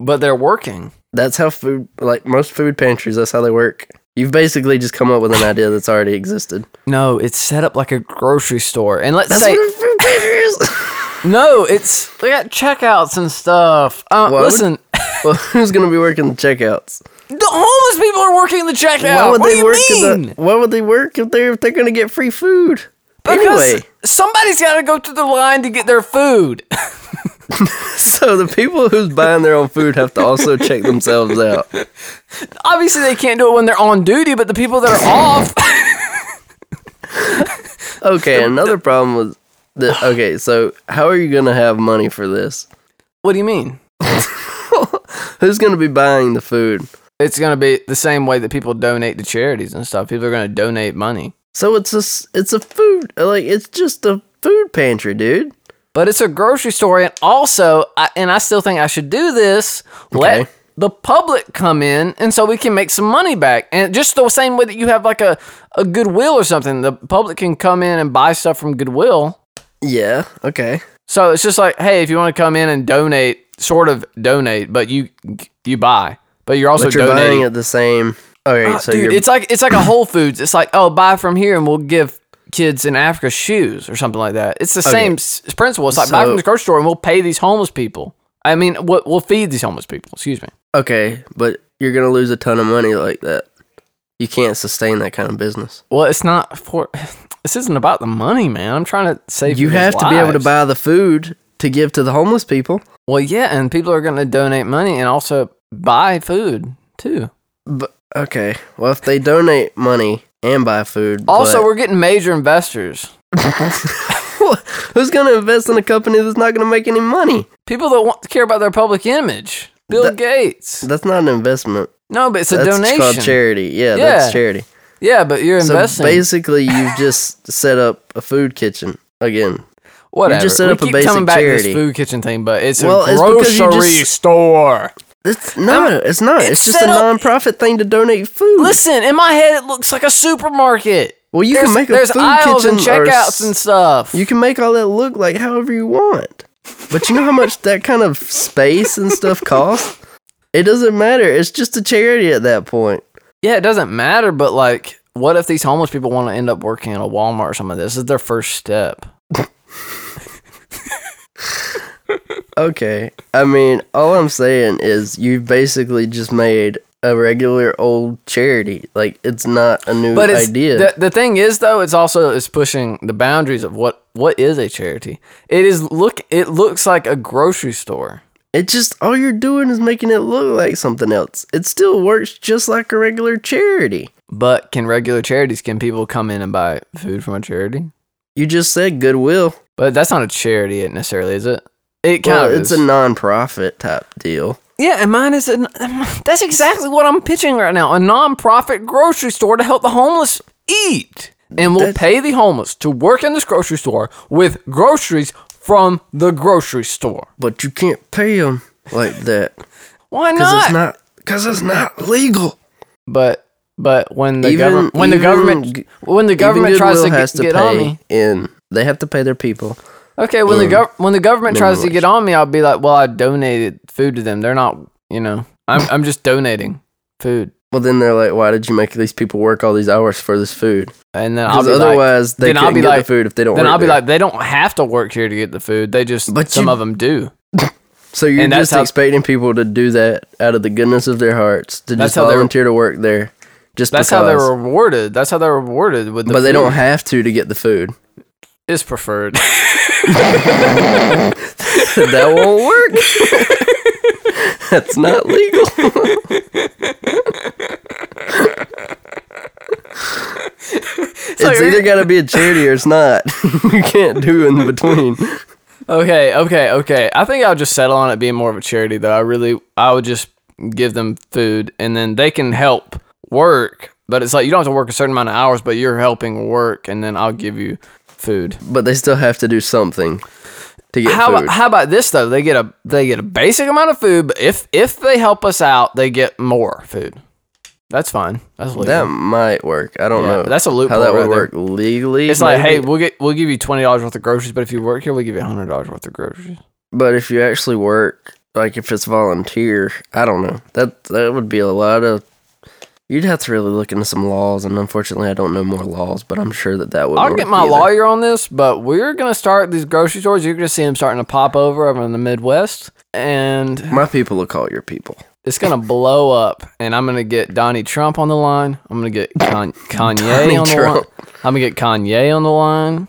C: But they're working.
B: That's how food, like most food pantries, that's how they work. You've basically just come up with an idea that's already existed.
C: No, it's set up like a grocery store, and let's
B: That's
C: say
B: what a food pantry is.
C: no, it's they got checkouts and stuff. Uh,
B: Why would-
C: listen,
B: well, who's gonna be working the checkouts?
C: the homeless people are working the checkout.
B: Why would
C: what
B: they
C: do you
B: work?
C: mean?
B: In the, why would they work if they're if they're gonna get free food?
C: because
B: Anyway,
C: somebody's got to go to the line to get their food.
B: so the people who's buying their own food have to also check themselves out.
C: Obviously, they can't do it when they're on duty, but the people that are off.
B: Okay, another problem was that. Okay, so how are you gonna have money for this?
C: what do you mean?
B: Who's gonna be buying the food?
C: It's gonna be the same way that people donate to charities and stuff. People are gonna donate money,
B: So it's a s- it's a food like it's just a food pantry, dude.
C: but it's a grocery store, and also, I, and I still think I should do this. Let
B: Okay.
C: the public come in, and so we can make some money back. And just the same way that you have like a a Goodwill or something, the public can come in and buy stuff from Goodwill.
B: Yeah. Okay.
C: So it's just like, hey, if you want to come in and donate, sort of donate, but you you buy, but you're also
B: But you're
C: donating.
B: buying at the same. All right. so
C: Uh, Dude,
B: you're
C: it's like it's like a Whole Foods. It's like, oh, buy from here and we'll give kids in Africa shoes or something like that. It's the same s- principle. It's like buy from
B: So-
C: the grocery store and we'll pay these homeless people. I mean, we'll, we'll feed these homeless people. Excuse me.
B: okay, but you're gonna lose a ton of money like that. You can't sustain that kind of business.
C: Well, it's not for. This isn't about the money, man. I'm trying to save.
B: You
C: people's
B: have to be able to
C: lives.
B: buy the food to give to the homeless people.
C: Well, yeah, and people are going to donate money and also buy food too.
B: But okay, well if they donate money and buy food,
C: Also,
B: but-
C: we're getting major investors.
B: who's gonna invest in a company that's not gonna make any money?
C: People that want, care about their public image. Bill
B: That-
C: Gates.
B: That's not an investment.
C: No, but it's a
B: that's called
C: donation.
B: charity. Yeah,
C: Yeah.
B: that's charity.
C: Yeah, but you're
B: So
C: investing.
B: basically, you've just set up a food kitchen again.
C: Whatever.
B: just set
C: we
B: up a
C: keep
B: basic
C: coming back To
B: charity.
C: this food kitchen thing, but it's
B: Well,
C: a
B: it's because you
C: grocery
B: just-
C: store.
B: It's, no, it's not. It's,
C: it's
B: just a
C: set up-
B: non-profit thing to donate food.
C: Listen, in my head, it looks like a supermarket.
B: Well, you can
C: There's-
B: make a
C: there's
B: food
C: aisles and
B: kitchen or
C: checkouts
B: s-
C: and stuff.
B: You can make all that look like however you want. But you know how much that kind of space and stuff costs? It doesn't matter. It's just a charity at that point.
C: yeah, it doesn't matter, but like, what if these homeless people want to end up working at a Walmart or something? This is their first step.
B: Okay. I mean, all I'm saying is you've basically just made a regular old charity. Like it's not a new
C: But it's,
B: idea.
C: The, the thing is, though, it's also it's pushing the boundaries of what what is a charity. It is look. It looks like a grocery store.
B: it just all you're doing is making it look like something else. It still works just like a regular charity.
C: But can regular charities? Can people come in and buy food from a charity?
B: You just said goodwill.
C: But that's not a charity necessarily, is it? It kind
B: Well,
C: of
B: it's
C: is.
B: a non-profit type deal.
C: Yeah, and mine is an. That's exactly what I'm pitching right now a nonprofit grocery store to help the homeless eat. And we'll
B: That's-
C: pay the homeless to work in this grocery store with groceries from the grocery store.
B: But you can't pay them like that
C: Why
B: because
C: not?
B: it's not because it's not legal.
C: But but when the
B: Even-
C: government when the
B: even
C: government
B: g-
C: when the government
B: Even
C: tries to
B: Goodwill
C: get,
B: has to
C: get
B: pay
C: on me.
B: in. They have to pay their people.
C: Okay, when the
B: in
C: gov- when the government
B: minimum
C: tries to get on me, I'll be like, "Well, I donated food to them. They're not, you know. I'm I'm just donating food."
B: Well, then they're like, "Why did you make these people work all these hours for this food?"
C: And then I'll
B: Because
C: be like,
B: otherwise, they
C: then I'll
B: can't
C: be
B: get
C: like-
B: the food if they don't.
C: then
B: work
C: I'll be
B: there.
C: like, they don't have to work here to get the food. They just
B: But
C: some
B: you-
C: of them do.
B: so you're
C: and that's
B: just
C: how-
B: expecting people to do that out of the goodness of their hearts to
C: That's
B: just
C: how they're-
B: volunteer to work there, just
C: That's
B: because.
C: how they're rewarded. That's how they're rewarded with. The
B: but they don't
C: food.
B: have to to get the food.
C: It's preferred.
B: that won't work. That's not legal. it's
C: like-
B: either got to be a charity or it's not. you can't do in between.
C: okay, okay, okay. I think I'll just settle on it being more of a charity, though. I really, I would just give them food, and then they can help work. But it's like you don't have to work a certain amount of hours, but you're helping work, and then I'll give you food.
B: But they still have to do something to get
C: how
B: food.
C: how about this though? They get a they get a basic amount of food, but if if they help us out, they get more food. That's fine. That's legal.
B: that might work. I don't
C: Yeah,
B: know.
C: that's a loophole
B: How that
C: right
B: would
C: there.
B: work legally.
C: It's like, hey,
B: maybe?
C: we'll get we'll give you twenty dollars worth of groceries, but if you work here, we'll give you hundred dollars worth of groceries.
B: But if you actually work, like if it's volunteer, I don't know. That that would be a lot of. You'd have to really look into some laws, and unfortunately, I don't know more laws. But I'm sure that that would.
C: I'll
B: work
C: get my
B: either.
C: lawyer on this, but we're gonna start these grocery stores. You're gonna see them starting to pop over over in the Midwest, and
B: My people will call your people.
C: it's gonna blow up. And I'm gonna get Donnie Trump on the line. I'm gonna get Con- Kanye
B: Donnie
C: on the line.
B: Trump.
C: I'm gonna get Kanye on the line,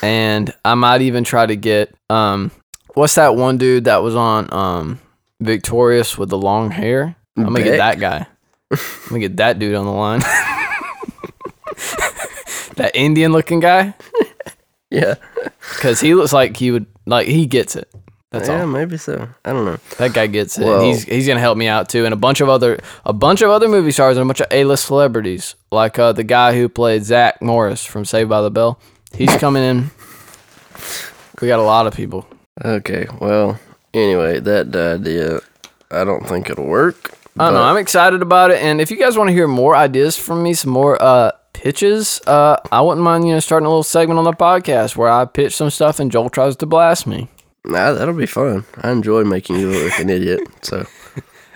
C: and I might even try to get um, what's that one dude that was on um, Victorious with the long hair? I'm gonna get
B: Beck?
C: that guy. I'm gonna get that dude on the line. that Indian looking guy,
B: Yeah.
C: because he looks like he would like he gets it. That's
B: yeah,
C: all.
B: maybe so. I don't know.
C: That guy gets it.
B: Well-
C: and he's he's gonna help me out too, and a bunch of other a bunch of other movie stars and a bunch of A list celebrities, like uh, the guy who played Zach Morris from Saved by the Bell. He's coming in. We got a lot of people.
B: Okay. Well, anyway, that idea, I don't think it'll work.
C: I don't know.
B: but-
C: I'm excited about it, and if you guys want to hear more ideas from me, some more uh pitches, uh, I wouldn't mind you know starting a little segment on the podcast where I pitch some stuff and Joel tries to blast me.
B: Nah, that'll be fun. I enjoy making you look like an idiot. So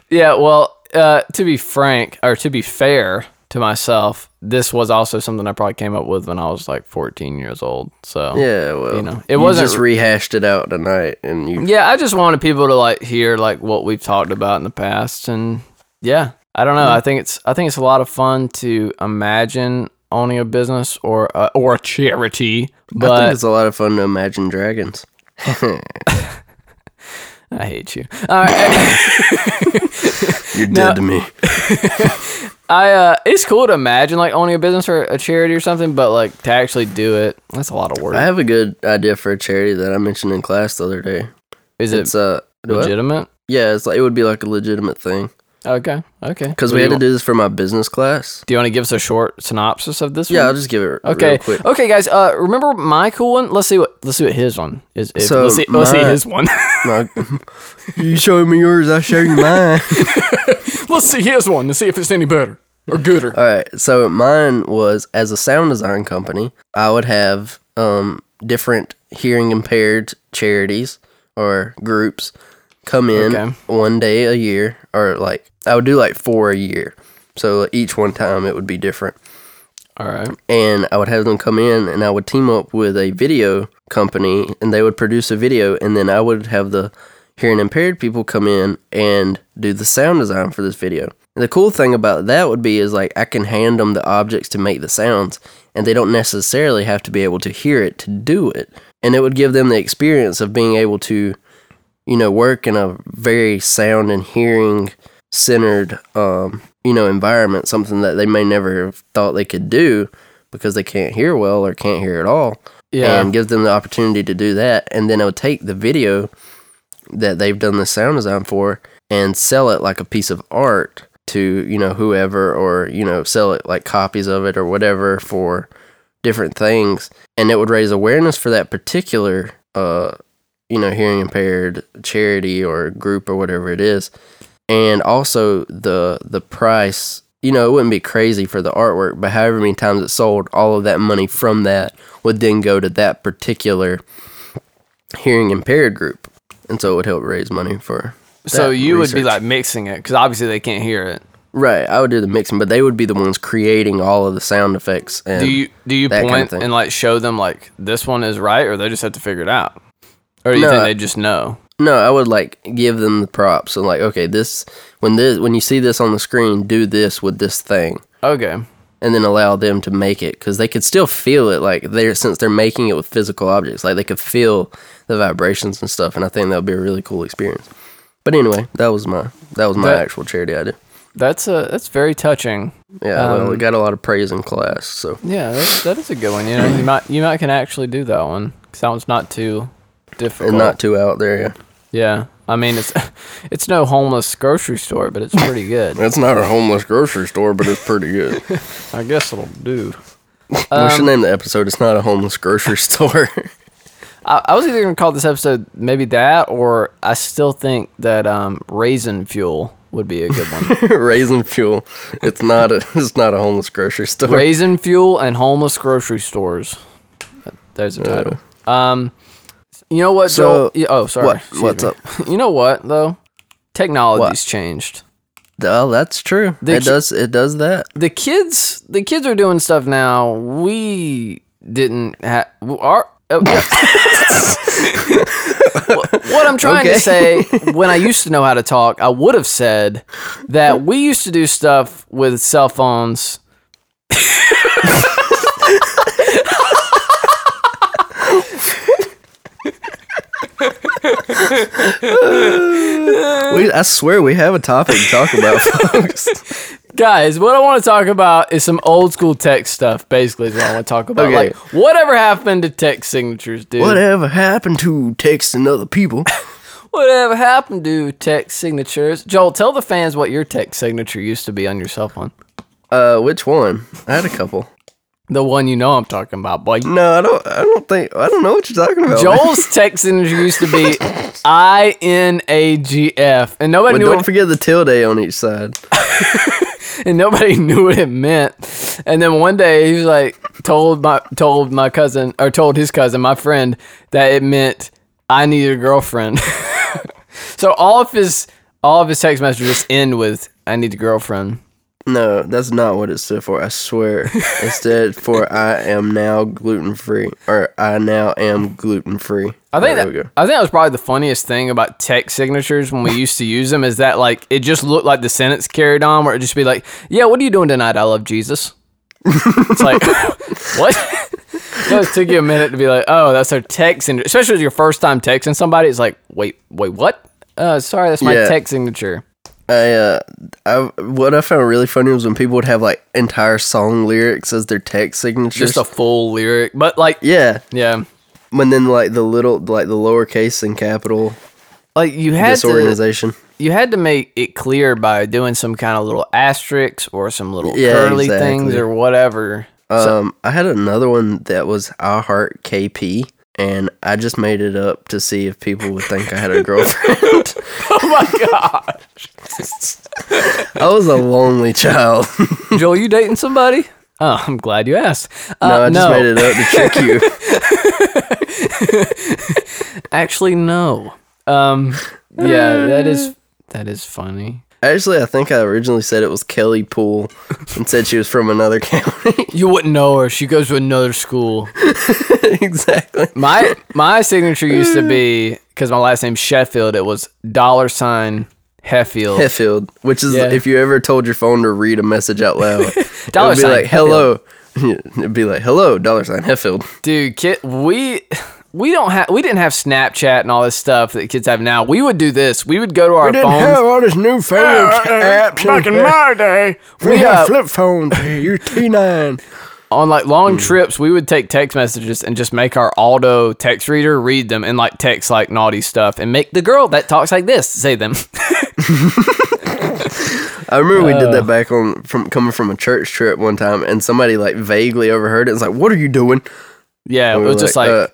C: Yeah, well, uh, to be frank, or to be fair, to myself, this was also something I probably came up with when I was like 14 years old. So
B: Yeah, well,
C: you know, it
B: it was
C: wasn't-
B: just rehashed it out tonight, and you
C: yeah, I just wanted people to like hear like what we've talked about in the past, and yeah, I don't know. I think it's I think it's a lot of fun to imagine owning a business or uh, or a charity,
B: I think
C: but
B: it's a lot of fun to imagine dragons.
C: I, hate you. All right,
B: You're dead to me.
C: I uh, it's cool to imagine like owning a business or a charity or something, but like to actually do it, that's a lot of work.
B: I have a good idea for a charity that I mentioned in class the other day.
C: Is it
B: It's uh, do I-
C: legitimate?
B: yeah, it's like, it would be like a legitimate thing
C: Okay, okay.
B: because we had to do this for my business class.
C: Do you want to give us a short synopsis of this?
B: Yeah,
C: one?
B: I'll just give it
C: Okay.
B: real quick.
C: Okay, guys. Uh, remember my cool one? Let's see what let's see what his one is. If,
B: So
C: let's, see, let's see
B: my-
C: his one.
B: Like, you showed me yours, I showed you mine.
C: let's see his one and see if it's any better or gooder.
B: All right, so mine was as a sound design company, I would have um, different hearing impaired charities or groups come in
C: Okay.
B: one day a year, or like I would do like four a year. So each one time it would be different.
C: All right.
B: And I would have them come in and I would team up with a video company and they would produce a video. And then I would have the hearing impaired people come in and do the sound design for this video. And the cool thing about that would be is like I can hand them the objects to make the sounds and they don't necessarily have to be able to hear it to do it. And it would give them the experience of being able to, you know, work in a very sound and hearing centered, um, you know, environment, something that they may never have thought they could do because they can't hear well or can't hear at all
C: Yeah.
B: and gives them the opportunity to do that. And then it'll take the video that they've done the sound design for and sell it like a piece of art to, you know, whoever or, you know, sell it like copies of it or whatever for different things. And it would raise awareness for that particular, uh, you know, hearing impaired charity or group or whatever it is. And also the the price, you know, it wouldn't be crazy for the artwork, but however many times it sold, all of that money from that would then go to that particular hearing impaired group. And so it would help raise money for
C: so
B: that
C: you would be
B: research.
C: like mixing it because obviously they can't hear it.
B: Right, I would do the mixing, but they would be the ones creating all of the sound effects and
C: Do you do you
B: that kind of
C: point
B: thing.
C: and like show them like this one is right or they just have to figure it out? Or do you
B: No, uh,
C: think
B: I-
C: they just know?
B: No, I would like give them the props and like, okay, this when this when you see this on the screen, do this with this thing,
C: Okay.
B: and then allow them to make it because they could still feel it. Like they're since they're making it with physical objects, like they could feel the vibrations and stuff, and I think that would be a really cool experience. But anyway, that was my that was my
C: That-
B: actual charity idea.
C: That's a that's very touching.
B: Yeah, well,
C: Um,
B: it got a lot of praise in class, so
C: Yeah, that's, that is a good one. You know, you might you might can actually do that one. 'Cause that one's not too difficult.
B: and not too out there. Yeah,
C: yeah, I mean it's it's no homeless grocery store, but it's pretty good.
B: that's not a homeless grocery store, but it's pretty good. Um,
C: I guess it'll do.
B: we should name the episode. It's not a homeless grocery store.
C: I, I was either gonna call this episode maybe that, or I still think that um, raisin fuel would be a good one.
B: Raisin fuel. It's not a it's not a homeless grocery store.
C: raisin fuel and homeless grocery stores. There's a
B: Uh,
C: title. Um, you know what?
B: So,
C: Joel? Yeah, oh, sorry.
B: what-
C: excuse
B: what's
C: me.
B: up?
C: You know what though? Technology's changed.
B: oh, that's true.
C: The
B: it
C: ki-
B: does it does that.
C: the kids the kids are doing stuff now we didn't have our oh, yeah. Wha- what i'm trying
B: Okay.
C: to say when i used to know how to talk i would have said that we used to do stuff with cell phones
B: We, I swear we have a topic to talk about, folks.
C: guys what i want to talk about is some old school text stuff basically is what i want to talk about
B: Okay.
C: like whatever happened to text signatures dude
B: Whatever happened to texting other people?
C: whatever happened to text signatures joel tell the fans what your text signature used to be on your cell phone
B: Uh, which one? I had a couple.
C: The one you know I'm talking about, boy.
B: No, I don't. I don't think. I don't know what you're talking about. man.
C: Joel's text signature used to be I N A G F, and nobody
B: But
C: knew
B: don't
C: what,
B: forget the tilde on each side.
C: and nobody knew what it meant. And then one day he was like, told my told my cousin or told his cousin, my friend, that it meant I need a girlfriend. so all of his all of his text messages end with I need a girlfriend.
B: No, that's not what it stood for. I swear. It stood for I am now gluten free, or I now am gluten free.
C: I think
B: there we
C: that,
B: go.
C: I think that was probably the funniest thing about text signatures when we used to use them is that like it just looked like the sentence carried on where it just be like, "Yeah, what are you doing tonight? I love Jesus." it's like what? No, it took you a minute to be like, "Oh, that's our text," signature. especially if it's your first time texting somebody. It's like, "Wait, wait, what?" Uh, sorry, that's my
B: Yeah.
C: text signature.
B: I, uh, I what I found really funny was when people would have like entire song lyrics as their text signatures.
C: Just a full lyric, but like,
B: yeah,
C: yeah,
B: and then like the little, like the lowercase and capital
C: like you had to,
B: disorganization.
C: you had to make it clear by doing some kind of little asterisks or some little
B: Yeah,
C: curly things
B: exactly.
C: or whatever.
B: Um, I had another one that was I heart KP, and I just made it up to see if people would think I had a girlfriend.
C: Oh my god,
B: I was a lonely child.
C: Joel, you dating somebody? Oh, I'm glad you asked.
B: no,
C: Uh,
B: I just made it up to trick you.
C: Actually, no. Um, yeah, that is that is funny.
B: Actually, I think I originally said it was Kelly Poole and said she was from another county.
C: You wouldn't know her. She goes to another school.
B: exactly.
C: My my signature used to be because my last name's Sheffield. It was dollar sign Heffield.
B: Heffield, which is
C: Yeah.
B: if you ever told your phone to read a message out loud, it
C: Dollar
B: would be
C: sign,
B: like, hello. It'd be like, hello, dollar sign, Heffield.
C: Dude, kid, we we don't have we didn't have Snapchat and all this stuff that kids have now. We would do this. We would go to our phones.
B: all this new phone
C: Uh, back in my day, we uh,
B: flip phones. You T9.
C: on like long trips, we would take text messages and just make our auto text reader read them and like text like naughty stuff and make the girl that talks like this say them.
B: I remember we did
C: Uh.
B: that back on from coming from a church trip one time, and somebody like vaguely overheard it. It's like, what are you doing?
C: yeah, it
B: We
C: was
B: were
C: just like
B: uh,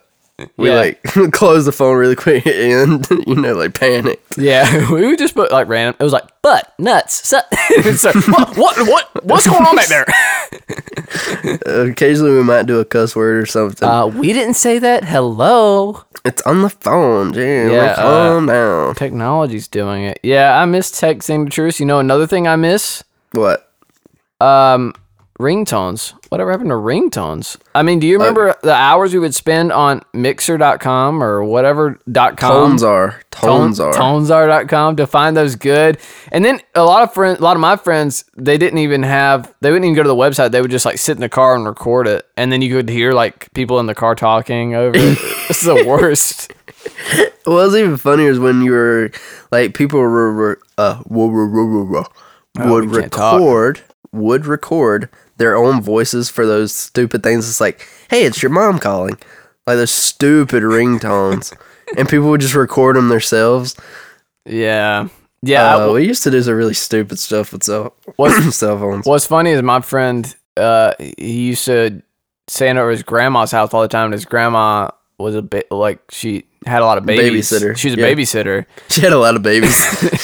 B: we
C: yeah.
B: like closed the phone really quick and you know like panicked.
C: yeah, we would just put like random. It was like butt nuts. Su-. it's like, what, what what what's going on back there?
B: Occasionally we might do a cuss word or something.
C: Uh, we didn't say that. Hello.
B: it's on the phone, Jim.
C: Yeah, uh,
B: Yeah, calm down.
C: Technology's doing it. Yeah, I miss text signatures. You know, another thing I miss
B: What?
C: um ringtones whatever happened to ringtones i mean do
B: Uh,
C: you remember the hours we would spend on mixer.com or whatever dot com
B: Tones are tones are.
C: tonesar.com to find those good and then a lot of friends a lot of my friends they didn't even have they wouldn't even go to the website they would just like sit in the car and record it and then you could hear like people in the car talking over it it's the worst
B: What was even funnier is when you were like people were, were uh wo- wo- wo- wo- wo- would
C: Oh, we can't talk.
B: record would record their own voices for those stupid things. It's like, hey, it's your mom calling, like those stupid ringtones, and people would just record them themselves.
C: yeah yeah I-
B: Uh, we used to do some really stupid stuff with cell,
C: What's-
B: cell phones.
C: What's funny is my friend, uh, he used to stand over his grandma's house all the time. And his grandma was a bit like she had a lot of babies.
B: Babysitter,
C: She was a
B: yeah.
C: babysitter.
B: She had a lot of babies.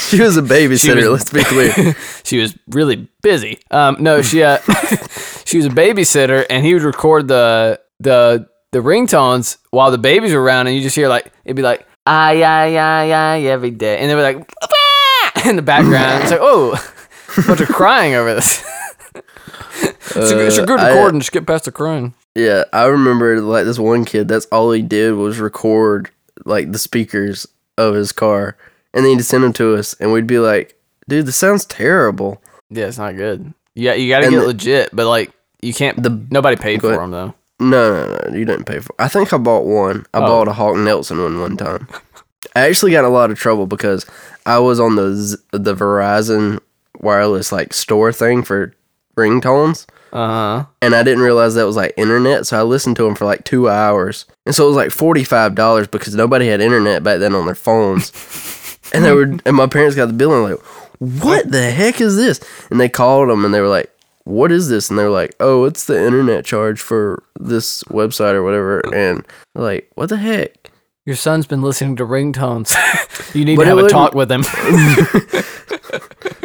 B: she was a babysitter, let's
C: was-
B: be clear.
C: She was really busy. Um, no, she uh, she was a babysitter, and he would record the the the ringtones while the babies were around, and you just hear like it'd be like ay ay ay ay every day, and they were like "Ah!" in the background. it's like oh, bunch of crying over this. it's, a, it's a good
B: I, uh,
C: recording. just get past the crying.
B: yeah, I remember like this one kid, that's all he did was record like the speakers of his car and then he'd send them to us and we'd be like, dude, this sounds terrible.
C: Yeah, it's not good. Yeah, you got to
B: And
C: get
B: the-
C: legit, but like you can't.
B: The-
C: nobody paid for
B: ahead.
C: them though.
B: No, no, no, you didn't pay for. I think I bought one. I bought a Hawk Nelson one one time. I actually got in a lot of trouble because I was on the Z- the Verizon wireless like store thing for ringtones.
C: Uh huh.
B: and I didn't realize that was like internet. So I listened to them for like two hours, and so it was like forty five dollars because nobody had internet back then on their phones. and they were, and my parents got the bill and like, what the heck is this? And they called them and they were like, what is this? And they were like, oh, it's the internet charge for this website or whatever. And they're like, what the heck?
C: Your son's been listening to ringtones. you need
B: But
C: to
B: it
C: have a
B: wouldn't-
C: talk with him.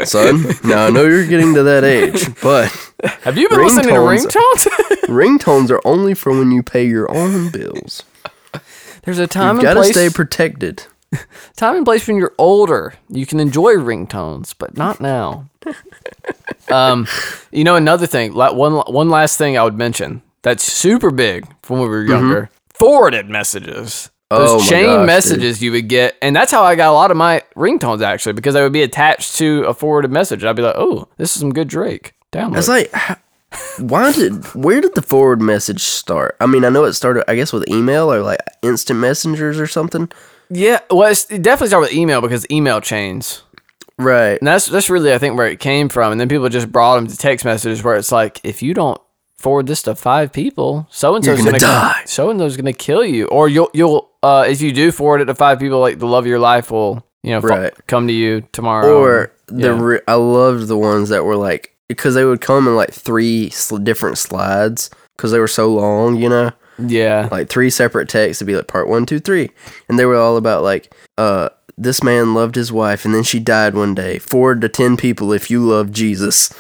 B: Son, now I know you're getting to that age, but
C: have you been listening to
B: Ringtones.
C: ringtones?
B: ringtones are only for when you pay your own bills.
C: There's a time
B: You
C: and
B: gotta
C: place.
B: stay protected.
C: Time and place when you're older. You can enjoy ringtones, but not now. um, you know another thing. la- One one last thing I would mention that's super big from when we were younger. Forwarded messages. Those
B: Mm-hmm. Oh my
C: chain
B: gosh, dude.
C: messages you would get, and that's how I got a lot of my ringtones actually, because they would be attached to a forwarded message. I'd be like, "Oh, this is some good Drake." Download.
B: It's like, h- why did where did the forward message start? I mean, I know it started, I guess, with email or like instant messengers or something.
C: Yeah, well, it's, it definitely started with email because email chains.
B: Right.
C: And that's that's really I think where it came from. And then people just brought them to text messages where it's like, if you don't forward this to five people, so and so's
B: You're
C: gonna
B: gonna die.
C: So and so's gonna kill you, or you'll you'll uh, if you do forward it to five people, like the love of your life will you know fu-
B: Right.
C: come to you tomorrow.
B: Or the
C: yeah.
B: re- I loved the ones that were like because they would come in like three sl- different slides because they were so long, you know,
C: yeah,
B: like three separate texts would be like part one, two, three, and they were all about like uh. This man loved his wife and then she died one day. Forward to 10 people if you love Jesus.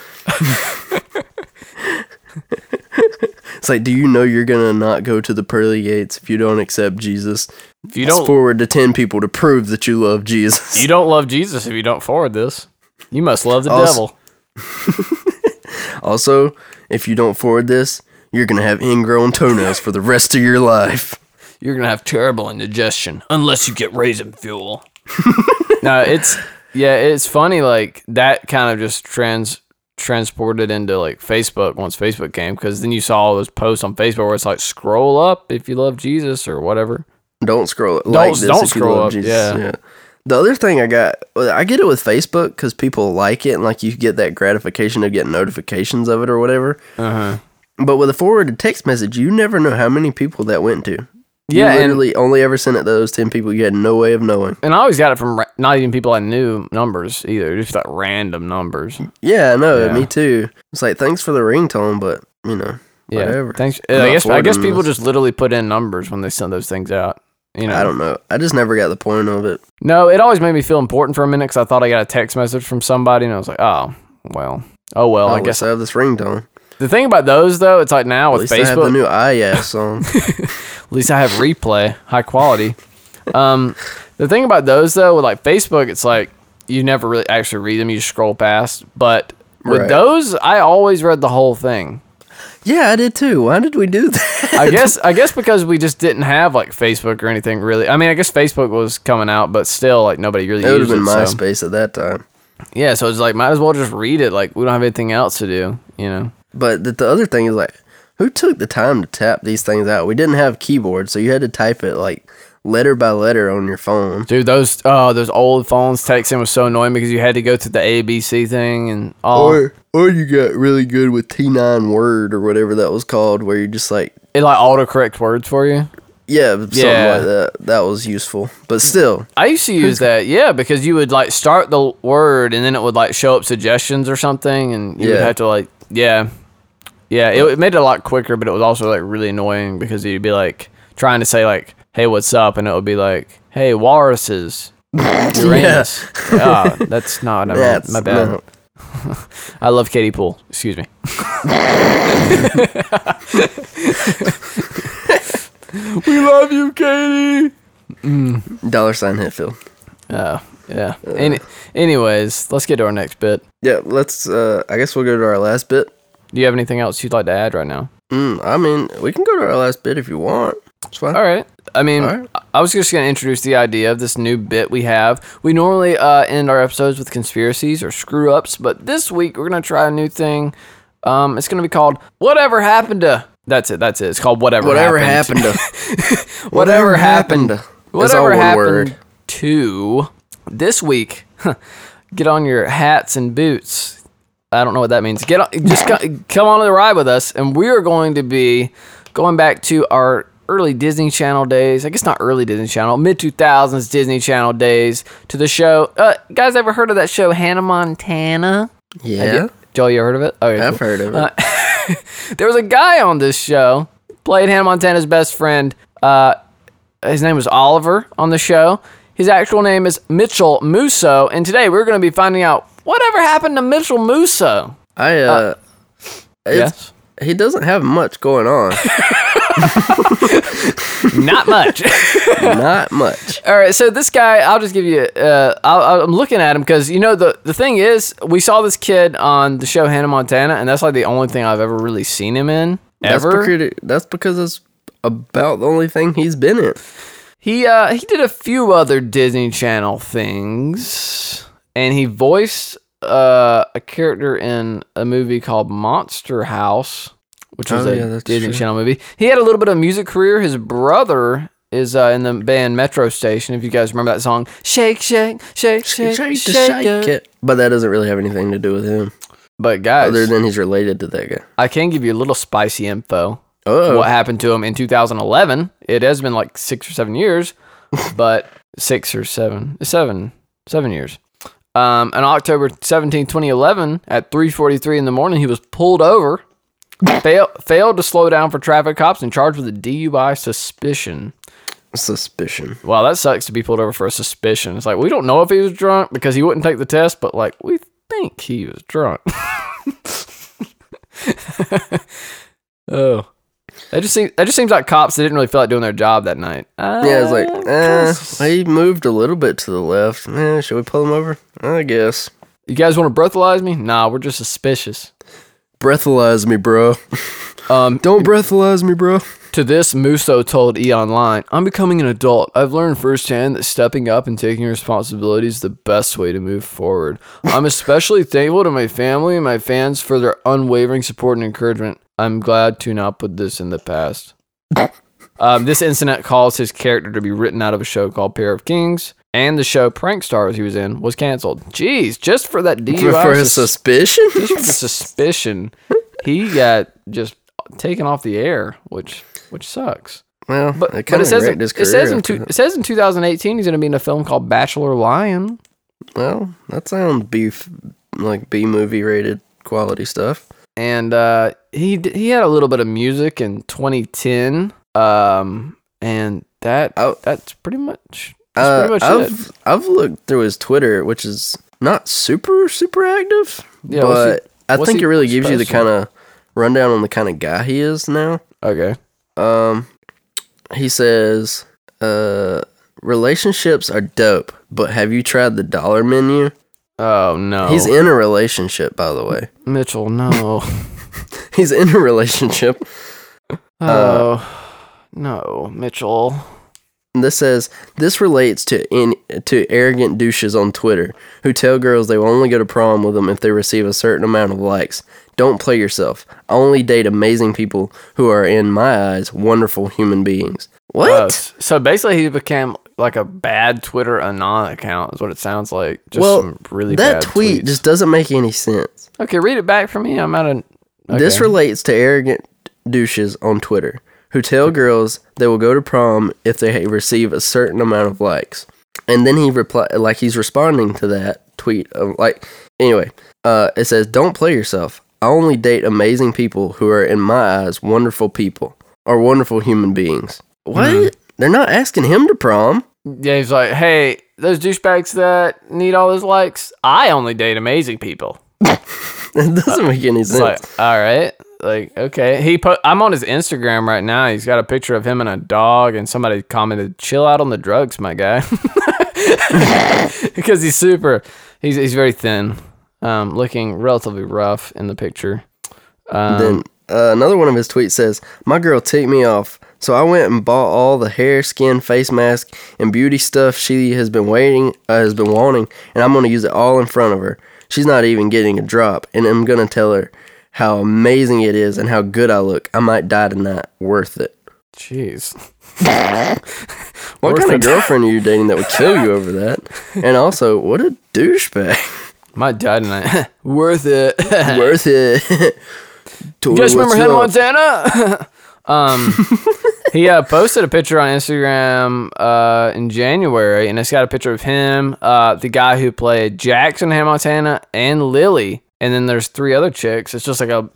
B: it's like, do you know you're going to not go to the pearly gates if you don't accept Jesus?
C: if you
B: It's
C: don't
B: forward to 10 people to prove that you love Jesus.
C: you don't love Jesus if you don't forward this, you must love the
B: Also-
C: devil.
B: Also, if you don't forward this, you're gonna have ingrown toenails for the rest of your life.
C: You're gonna have terrible indigestion unless you get raisin fuel. no, it's yeah, it's funny like that kind of just trans transported into like Facebook once Facebook came because then you saw all those posts on Facebook where it's like scroll up if you love Jesus or whatever.
B: Don't scroll it. Like
C: Don't-
B: this
C: don't
B: if
C: scroll
B: you love
C: up,
B: Jesus.
C: yeah.
B: The other thing I got, well, I get it with Facebook because people like it and like you get that gratification of getting notifications of it or whatever. Uh-huh.
C: Uh huh.
B: But with a forwarded text message, you never know how many people that went to.
C: Yeah,
B: you
C: and-
B: literally only ever sent it to those ten people you had no way of knowing.
C: And I always got it from ra- not even people I knew numbers either, just like random numbers.
B: Yeah, I know.
C: Yeah.
B: Me too. It's like thanks for the ringtone, but you know,
C: Yeah.
B: whatever.
C: Thanks.
B: I'm
C: I
B: not
C: guess I guess
B: forwarding
C: people
B: this.
C: just literally put in numbers when they send those things out. You know.
B: I don't know. I just never got the point of it.
C: No, it always made me feel important for a minute because I thought I got a text message from somebody, and I was like, oh, well, oh well.
B: I,
C: I guess
B: I have this ringtone.
C: the thing about those though, it's like now
B: At
C: with
B: least I have the
C: Facebook,
B: new I Yeah song.
C: at least I have replay, high quality. um, the thing about those though, with like Facebook, it's like you never really actually read them; you just scroll past. But with
B: Right.
C: those, I always read the whole thing.
B: yeah, I did too. Why did we do that?
C: I guess I guess because we just didn't have like Facebook or anything really. I mean, I guess Facebook was coming out, but still, like nobody really
B: It would have
C: used
B: been
C: it. so-
B: MySpace at that time.
C: Yeah, so it's like might as well just read it. Like we don't have anything else to do, you know.
B: But the, the other thing is like, who took the time to tap these things out? We didn't have keyboards, so you had to type it like letter by letter on your phone.
C: Dude, those uh those old phones texting was so annoying because you had to go through the ABC thing and all.
B: Or or you got really good with T9 Word or whatever that was called, where you just like,
C: it like autocorrect words for you.
B: yeah, something
C: Yeah.
B: like that. That was useful. But still,
C: I used to use that, yeah, because you would like start the word and then it would like show up suggestions or something, and you would
B: Yeah.
C: have to like, yeah, yeah. It, it made it a lot quicker, but it was also like really annoying because you'd be like trying to say like, "Hey, what's up?" and it would be like, "Hey, walruses." Uranus. Yeah. that's not I mean,
B: that's
C: my bad.
B: no.
C: I love Katie Pool. Excuse me. we love you, Katie.
B: Mm. dollar sign Hitfield.
C: Oh, yeah.
B: Uh.
C: Any, anyways, let's get to our next bit.
B: Yeah, let's. Uh, I guess we'll go to our last bit.
C: Do you have anything else you'd like to add right now?
B: Mm, I mean, we can go to our last bit if you want. That's fine.
C: All right. I mean,
B: All right.
C: I- I was just going to introduce the idea of this new bit we have. We normally uh, end our episodes with conspiracies or screw ups, but this week we're going to try a new thing. Um, it's going to be called Whatever Happened to. That's it. That's it. It's called Whatever
B: Whatever happened to.
C: whatever happened.
B: It's all
C: Whatever
B: one
C: happened
B: word.
C: to this week? get on your hats and boots. I don't know what that means. Get on, just co- come on the ride with us, and we are going to be going back to our early Disney Channel days. I guess not early Disney Channel, mid two thousands Disney Channel days to the show. Uh, guys, ever heard of that show Hannah Montana?
B: Yeah,
C: Joel, you heard of it? Okay,
B: I've
C: cool.
B: heard of it.
C: There was a guy on this show, played Hannah Montana's best friend. Uh, his name was Oliver on the show. His actual name is Mitchell Musso, and today we're going to be finding out whatever happened to Mitchell Musso.
B: I uh, it's,
C: yes.
B: he doesn't have much going on.
C: Not much.
B: Not much.
C: All right, so this guy, I'll just give you. Uh, I'll, I'm looking at him because you know the the thing is, we saw this kid on the show Hannah Montana, and that's like the only thing I've ever really seen him in
B: That's
C: ever.
B: because, that's because it's about the only thing he's been in.
C: He uh he did a few other Disney Channel things, and he voiced uh a character in a movie called Monster House, which was
B: Oh,
C: a
B: yeah, that's
C: Disney
B: true.
C: Channel movie. He had a little bit of music career. His brother is uh, in the band Metro Station. If you guys remember that song, Shake Shake Shake Shake Shake,
B: Shake the shake
C: it.
B: it. But that doesn't really have anything to do with him,
C: But guys,
B: other than he's related to that guy.
C: I can give you a little spicy info.
B: Oh,
C: What happened to him in 2011? It has been like six or seven years, but six or seven, seven, seven years. Um, on October 17, 2011, at 3:43 in the morning, he was pulled over, fail, failed to slow down for traffic cops, and charged with a DUI suspicion.
B: suspicion.
C: Wow, that sucks to be pulled over for a suspicion. It's like we don't know if he was drunk because he wouldn't take the test, but like we think he was drunk. oh, that just seems that just seems like cops. They didn't really feel like doing their job that night.
B: Yeah, it's
C: Uh,
B: like, eh, he moved a little bit to the left. Eh, should we pull him over? I guess.
C: you guys want to breathalyze me? Nah, we're just suspicious.
B: Breathalyze me, bro.
C: Um,
B: Don't breathalyze me, bro.
C: To this, Musso told E! Online, I'm becoming an adult. I've learned firsthand that stepping up and taking responsibility is the best way to move forward. I'm especially thankful to my family and my fans for their unwavering support and encouragement. I'm glad to not put this in the past. Um, this incident caused his character to be written out of a show called Pair of Kings, and the show Prank Stars he was in was canceled. Jeez, just for that DUI
B: for his
C: sus-
B: suspicion?
C: just for the suspicion, he got just taken off the air, which which sucks.
B: well,
C: But,
B: it
C: but
B: kind
C: it
B: of
C: says
B: wrecked
C: in,
B: his
C: it
B: career.
C: says in
B: after
C: two,
B: that.
C: it says in 2018 he's going to be in a film called Bachelor Lion.
B: well, that sounds beef like B movie rated quality stuff.
C: and uh, he d- he had a little bit of music in 2010, um, and that
B: Oh.
C: that's pretty much that's
B: Uh,
C: pretty much it.
B: I've I've looked through his Twitter, which is not super super active,
C: Yeah, what's he-
B: but I
C: what's
B: think
C: he
B: it really gives you the
C: posting?
B: kind of rundown on the kind of guy he is now.
C: Okay,
B: Um, he says, uh, relationships are dope, but have you tried the dollar menu?
C: oh no,
B: He's in a relationship, by the way.
C: Mitchell. No,
B: He's in a relationship. Uh.
C: oh no, Mitchell.
B: And This says this relates to in, to arrogant douches on Twitter who tell girls they will only go to prom with them if they receive a certain amount of likes. Don't play yourself. I only date amazing people who are, in my eyes, wonderful human beings. What?
C: Uh, s- so basically, he became like a bad Twitter anon account. Is what it sounds like. Just
B: well,
C: some really
B: that
C: bad
B: tweet
C: tweets.
B: just doesn't make any sense.
C: okay. Read it back for me. I'm out of
B: This
C: okay.
B: relates to arrogant douches on Twitter who tell girls they will go to prom if they receive a certain amount of likes. And then he reply like he's responding to that tweet of like anyway, uh it says don't play yourself. I only date amazing people who are in my eyes wonderful people or wonderful human beings. What?
C: Mm-hmm.
B: They're not asking him to prom.
C: Yeah, he's like, hey, those douchebags that need all those likes, I only date amazing people.
B: It doesn't make any
C: It's
B: sense.
C: like, all right, like okay. He put, I'm on his Instagram right now. He's got a picture of him and a dog, and somebody commented, "Chill out on the drugs, my guy," because he's super. He's he's very thin, um, looking relatively rough in the picture. Um,
B: Then uh, another one of his tweets says, "My girl ticked me off, so I went and bought all the hair, skin, face mask, and beauty stuff she has been waiting, uh, has been wanting, and I'm gonna use it all in front of her. She's not even getting a drop, and I'm gonna tell her how amazing it is and how good I look. I might die tonight. Worth it.
C: jeez,
B: What
C: Worth
B: kind of
C: it.
B: girlfriend are you dating that would kill you over that? And also, what a douchebag.
C: my dad and I, worth it.
B: Worth it.
C: You guys remember Hannah Montana? um, he uh, posted a picture on Instagram uh, in January, and it's got a picture of him, uh, the guy who played Jackson Hannah Montana, and Lily. And then there's three other chicks. It's just like a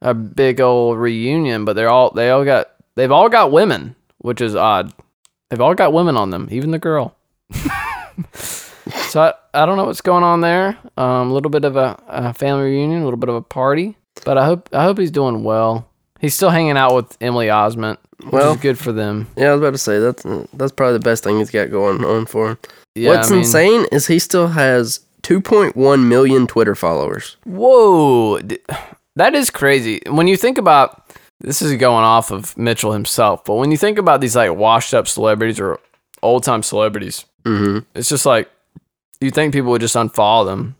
C: a big old reunion, but they're all they all got they've all got women, which is odd. They've all got women on them, even the girl. so I, I don't know what's going on there. Um, a little bit of a, a family reunion, a little bit of a party, but I hope I hope he's doing well. He's still hanging out with Emily Osment.
B: Well,
C: which is good for them.
B: yeah, I was about to say that's that's probably the best thing he's got going on for him.
C: Yeah,
B: What's
C: I mean-
B: insane is he still has 2.1 million Twitter followers.
C: Whoa, d- that is crazy. When you think about this, is going off of Mitchell himself, but when you think about these like washed up celebrities or old time celebrities,
B: Mm-hmm.
C: it's just like you think people would just unfollow them.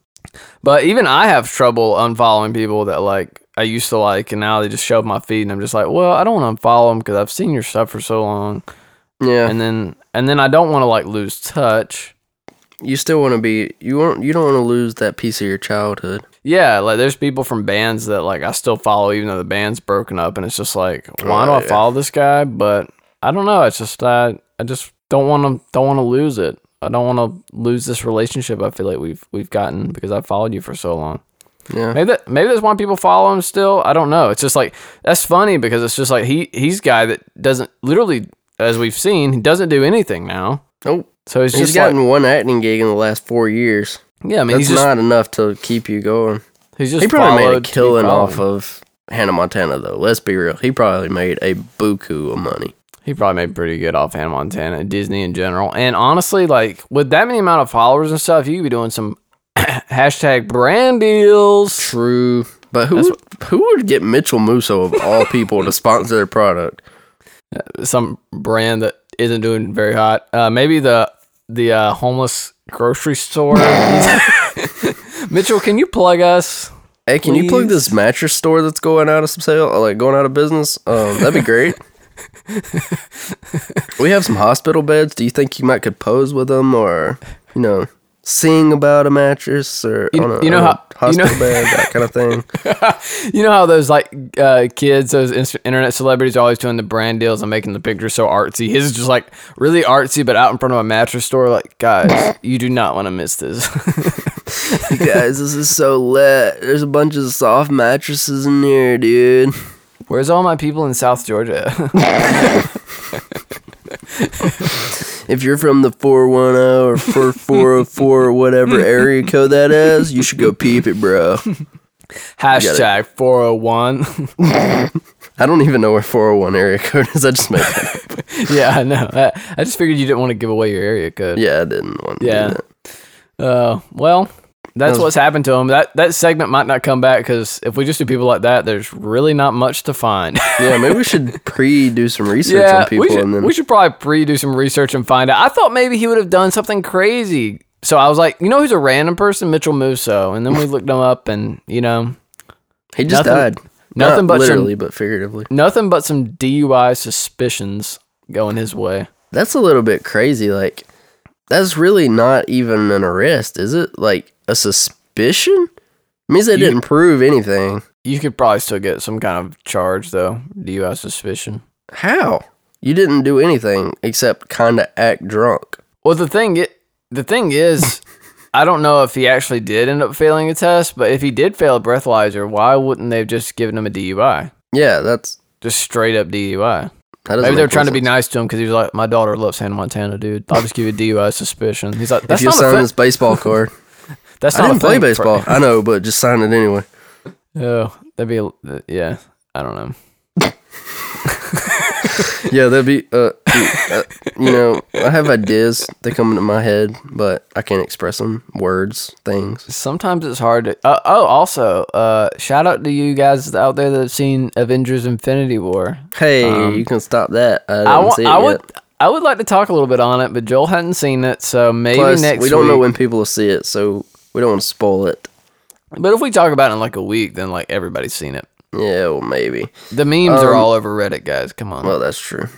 C: But even I have trouble unfollowing people that like I used to like, and now they just show up my feed, and I'm just like, well, I don't want to unfollow them because I've seen your stuff for so long,
B: Yeah,
C: and then and then I don't want to like lose touch.
B: you still want to be you want you don't want to lose that piece of your childhood.
C: Yeah, like there's people from bands that like I still follow even though the band's broken up and it's just like why do
B: Oh,
C: I
B: yeah.
C: follow this guy? But I don't know, it's just I I just don't want to don't want to lose it. I don't want to lose this relationship I feel like we've we've gotten because I followed you for so long.
B: Yeah.
C: Maybe that, maybe that's why people follow him still. I don't know. It's just like that's funny because it's just like he he's a guy that doesn't literally as we've seen, he doesn't do anything now.
B: Oh,
C: So it's
B: he's
C: just like
B: gotten one acting gig in the last four years.
C: yeah, I mean
B: That's
C: he's just
B: not enough to keep you going.
C: he's just
B: He probably made a
C: followed to be
B: killing
C: followed.
B: off of Hannah Montana, though. Let's be real. He probably made a buku of money.
C: He probably made pretty good off Hannah Montana, Disney in general. And honestly, like with that many amount of followers and stuff, you could be doing some hashtag brand deals.
B: True. But who
C: That's
B: would, who would get Mitchell Musso of all people to sponsor their product?
C: Some brand that isn't doing very hot. Uh, maybe the the uh, homeless grocery store. Mitchell, can you plug us?
B: Hey, can you plug
C: Please.
B: this mattress store that's going out of some sale, or, like going out of business? Um, that'd be great. we have some hospital beds. Do you think you might could pose with them, or you know, sing about a mattress, or
C: You-
B: on a,
C: you know
B: on a
C: how- you know-
B: hospital bed, that kind of thing?
C: You know how those like uh, kids, those ins- internet celebrities, are always doing the brand deals and making the picture so artsy. His is just like really artsy, but out in front of a mattress store. Like, guys, you do not want to miss this.
B: You guys, this is so lit. There's a bunch of soft mattresses in here, dude.
C: Where's all my people in South Georgia?
B: If you're from the 410 or 4404 or whatever area code that is, you should go peep it, bro.
C: Hashtag 401.
B: I don't even know where 401 area code is. I just made that. up.
C: yeah, I know. I, I just figured you didn't want to give away your area code.
B: Yeah, I didn't want to
C: Yeah.
B: do that.
C: Uh, well, that's
B: was-
C: what's happened to him. That that segment might not come back because if we just do people like that, there's really not much to find.
B: Yeah, maybe we should pre do some research on people
C: we should,
B: and then
C: we should probably pre do some research and find out. I thought maybe he would have done something crazy. So I was like, you know, who's a random person? Mitchell Musso. And then we looked him up, and you know,
B: he just
C: nothing-
B: died.
C: nothing
B: Not
C: but some-
B: literally, but figuratively.
C: nothing but some DUI suspicions going his way.
B: That's a little bit crazy. Like, that's really not even an arrest, is it? Like a suspicion means they
C: You-
B: didn't prove anything.
C: You could probably still get some kind of charge though, DUI suspicion.
B: How you didn't do anything except kind of act drunk.
C: Well, the thing it, the thing is, I don't know if he actually did end up failing a test, but if he did fail a breathalyzer, why wouldn't they have just given him a DUI?
B: Yeah, that's
C: Just straight up DUI.
B: that doesn't
C: Maybe
B: make
C: they were
B: any
C: trying to be
B: sense.
C: nice to him because he was like, "My daughter loves Hannah Montana, dude. I'll just give you a DUI suspicion." He's like,
B: If
C: "That's
B: you
C: not a
B: sign
C: thing.
B: this baseball card,
C: That's
B: I
C: not
B: didn't
C: a
B: play
C: thing for-
B: baseball. I know, but just sign it anyway.
C: Oh, that'd be a, yeah. I don't know.
B: Yeah, that'd be uh, uh, you know, I have ideas that come into my head, but I can't express them. Words, things.
C: Sometimes it's hard to. Uh, oh, also, uh, shout out to you guys out there that have seen Avengers: Infinity War.
B: Hey, you can stop that. I didn't
C: Um, I wa-
B: see it
C: I
B: yet.
C: would I would like to talk a little bit on it, but Joel hadn't seen it, so maybe
B: Plus,
C: next
B: we don't know
C: week.
B: when people will see it, so we don't want to spoil it.
C: But if we talk about it in like a week, then like everybody's seen it.
B: Yeah, well, maybe.
C: The memes are
B: Um,
C: all over Reddit, guys. Come on.
B: Well, that's true.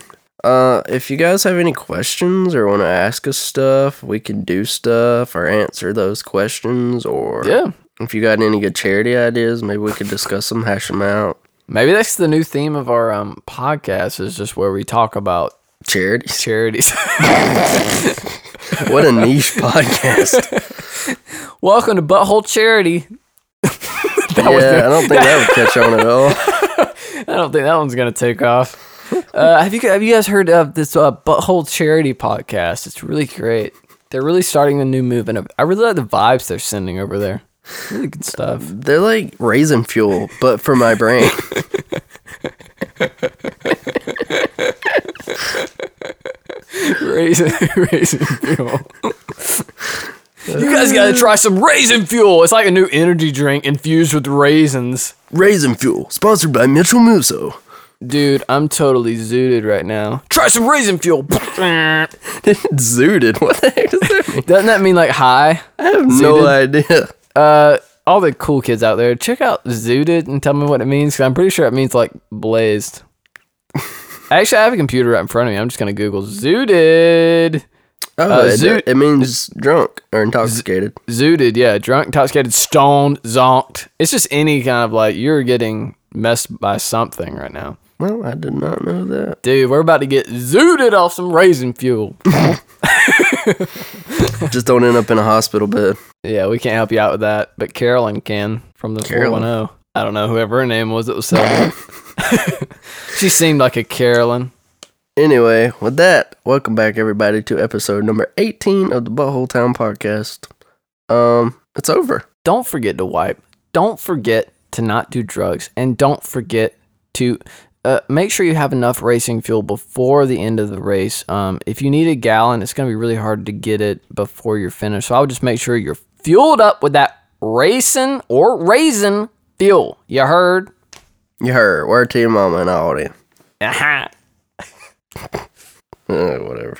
B: Uh, if you guys have any questions or want to ask us stuff, we can do stuff or answer those questions. Or
C: yeah.
B: if you got any good charity ideas, maybe we could discuss them, hash them out.
C: Maybe that's the new theme of our um, podcast is just where we talk about
B: Charities.
C: charities.
B: What a niche podcast.
C: Welcome to Butthole Charity.
B: yeah, I don't think that would catch on at all.
C: I don't think that one's gonna take off. Uh, have you have you guys heard of this uh, Butthole Charity podcast? It's really great. They're really starting a new movement. Of, I really like the vibes they're sending over there. Really good stuff.
B: They're like raisin fuel, but for my brain.
C: Raisin, raisin fuel. you guys gotta try some raisin fuel. It's like a new energy drink infused with raisins.
B: Raisin Fuel, sponsored by Mitchell Musso.
C: Dude, I'm totally zooted right now. Try some raisin fuel. Doesn't
B: Zooted. What the heck does that mean?
C: that mean like high?
B: I have no idea.
C: Uh, all the cool kids out there, check out zooted and tell me what it means. Cause I'm pretty sure it means like blazed. Actually, I have a computer right in front of me. I'm just gonna Google zooted.
B: Oh, it,
C: zoot-
B: it means drunk or intoxicated.
C: Zooted, yeah. Drunk, intoxicated, stoned, zonked. It's just any kind of like you're getting messed by something right now.
B: Well, I did not know that.
C: Dude, we're about to get zooted off some raisin fuel.
B: Just don't end up in a hospital bed.
C: yeah, we can't help you out with that, but Carolyn can from the
B: Carolyn.
C: 410. I don't know whoever her name was that was selling it. she seemed like a Carolyn.
B: Anyway, with that, welcome back everybody to episode number 18 of the Butthole Town podcast. Um, it's over.
C: Don't forget to wipe. Don't forget to not do drugs. And don't forget to uh, make sure you have enough racing fuel before the end of the race. Um, if you need a gallon, it's going to be really hard to get it before you're finished. So I would just make sure you're fueled up with that racing or raisin fuel. You heard?
B: You heard.
C: Uh-huh.
B: Word to your mama and all that.
C: Aha.
B: Uh, whatever.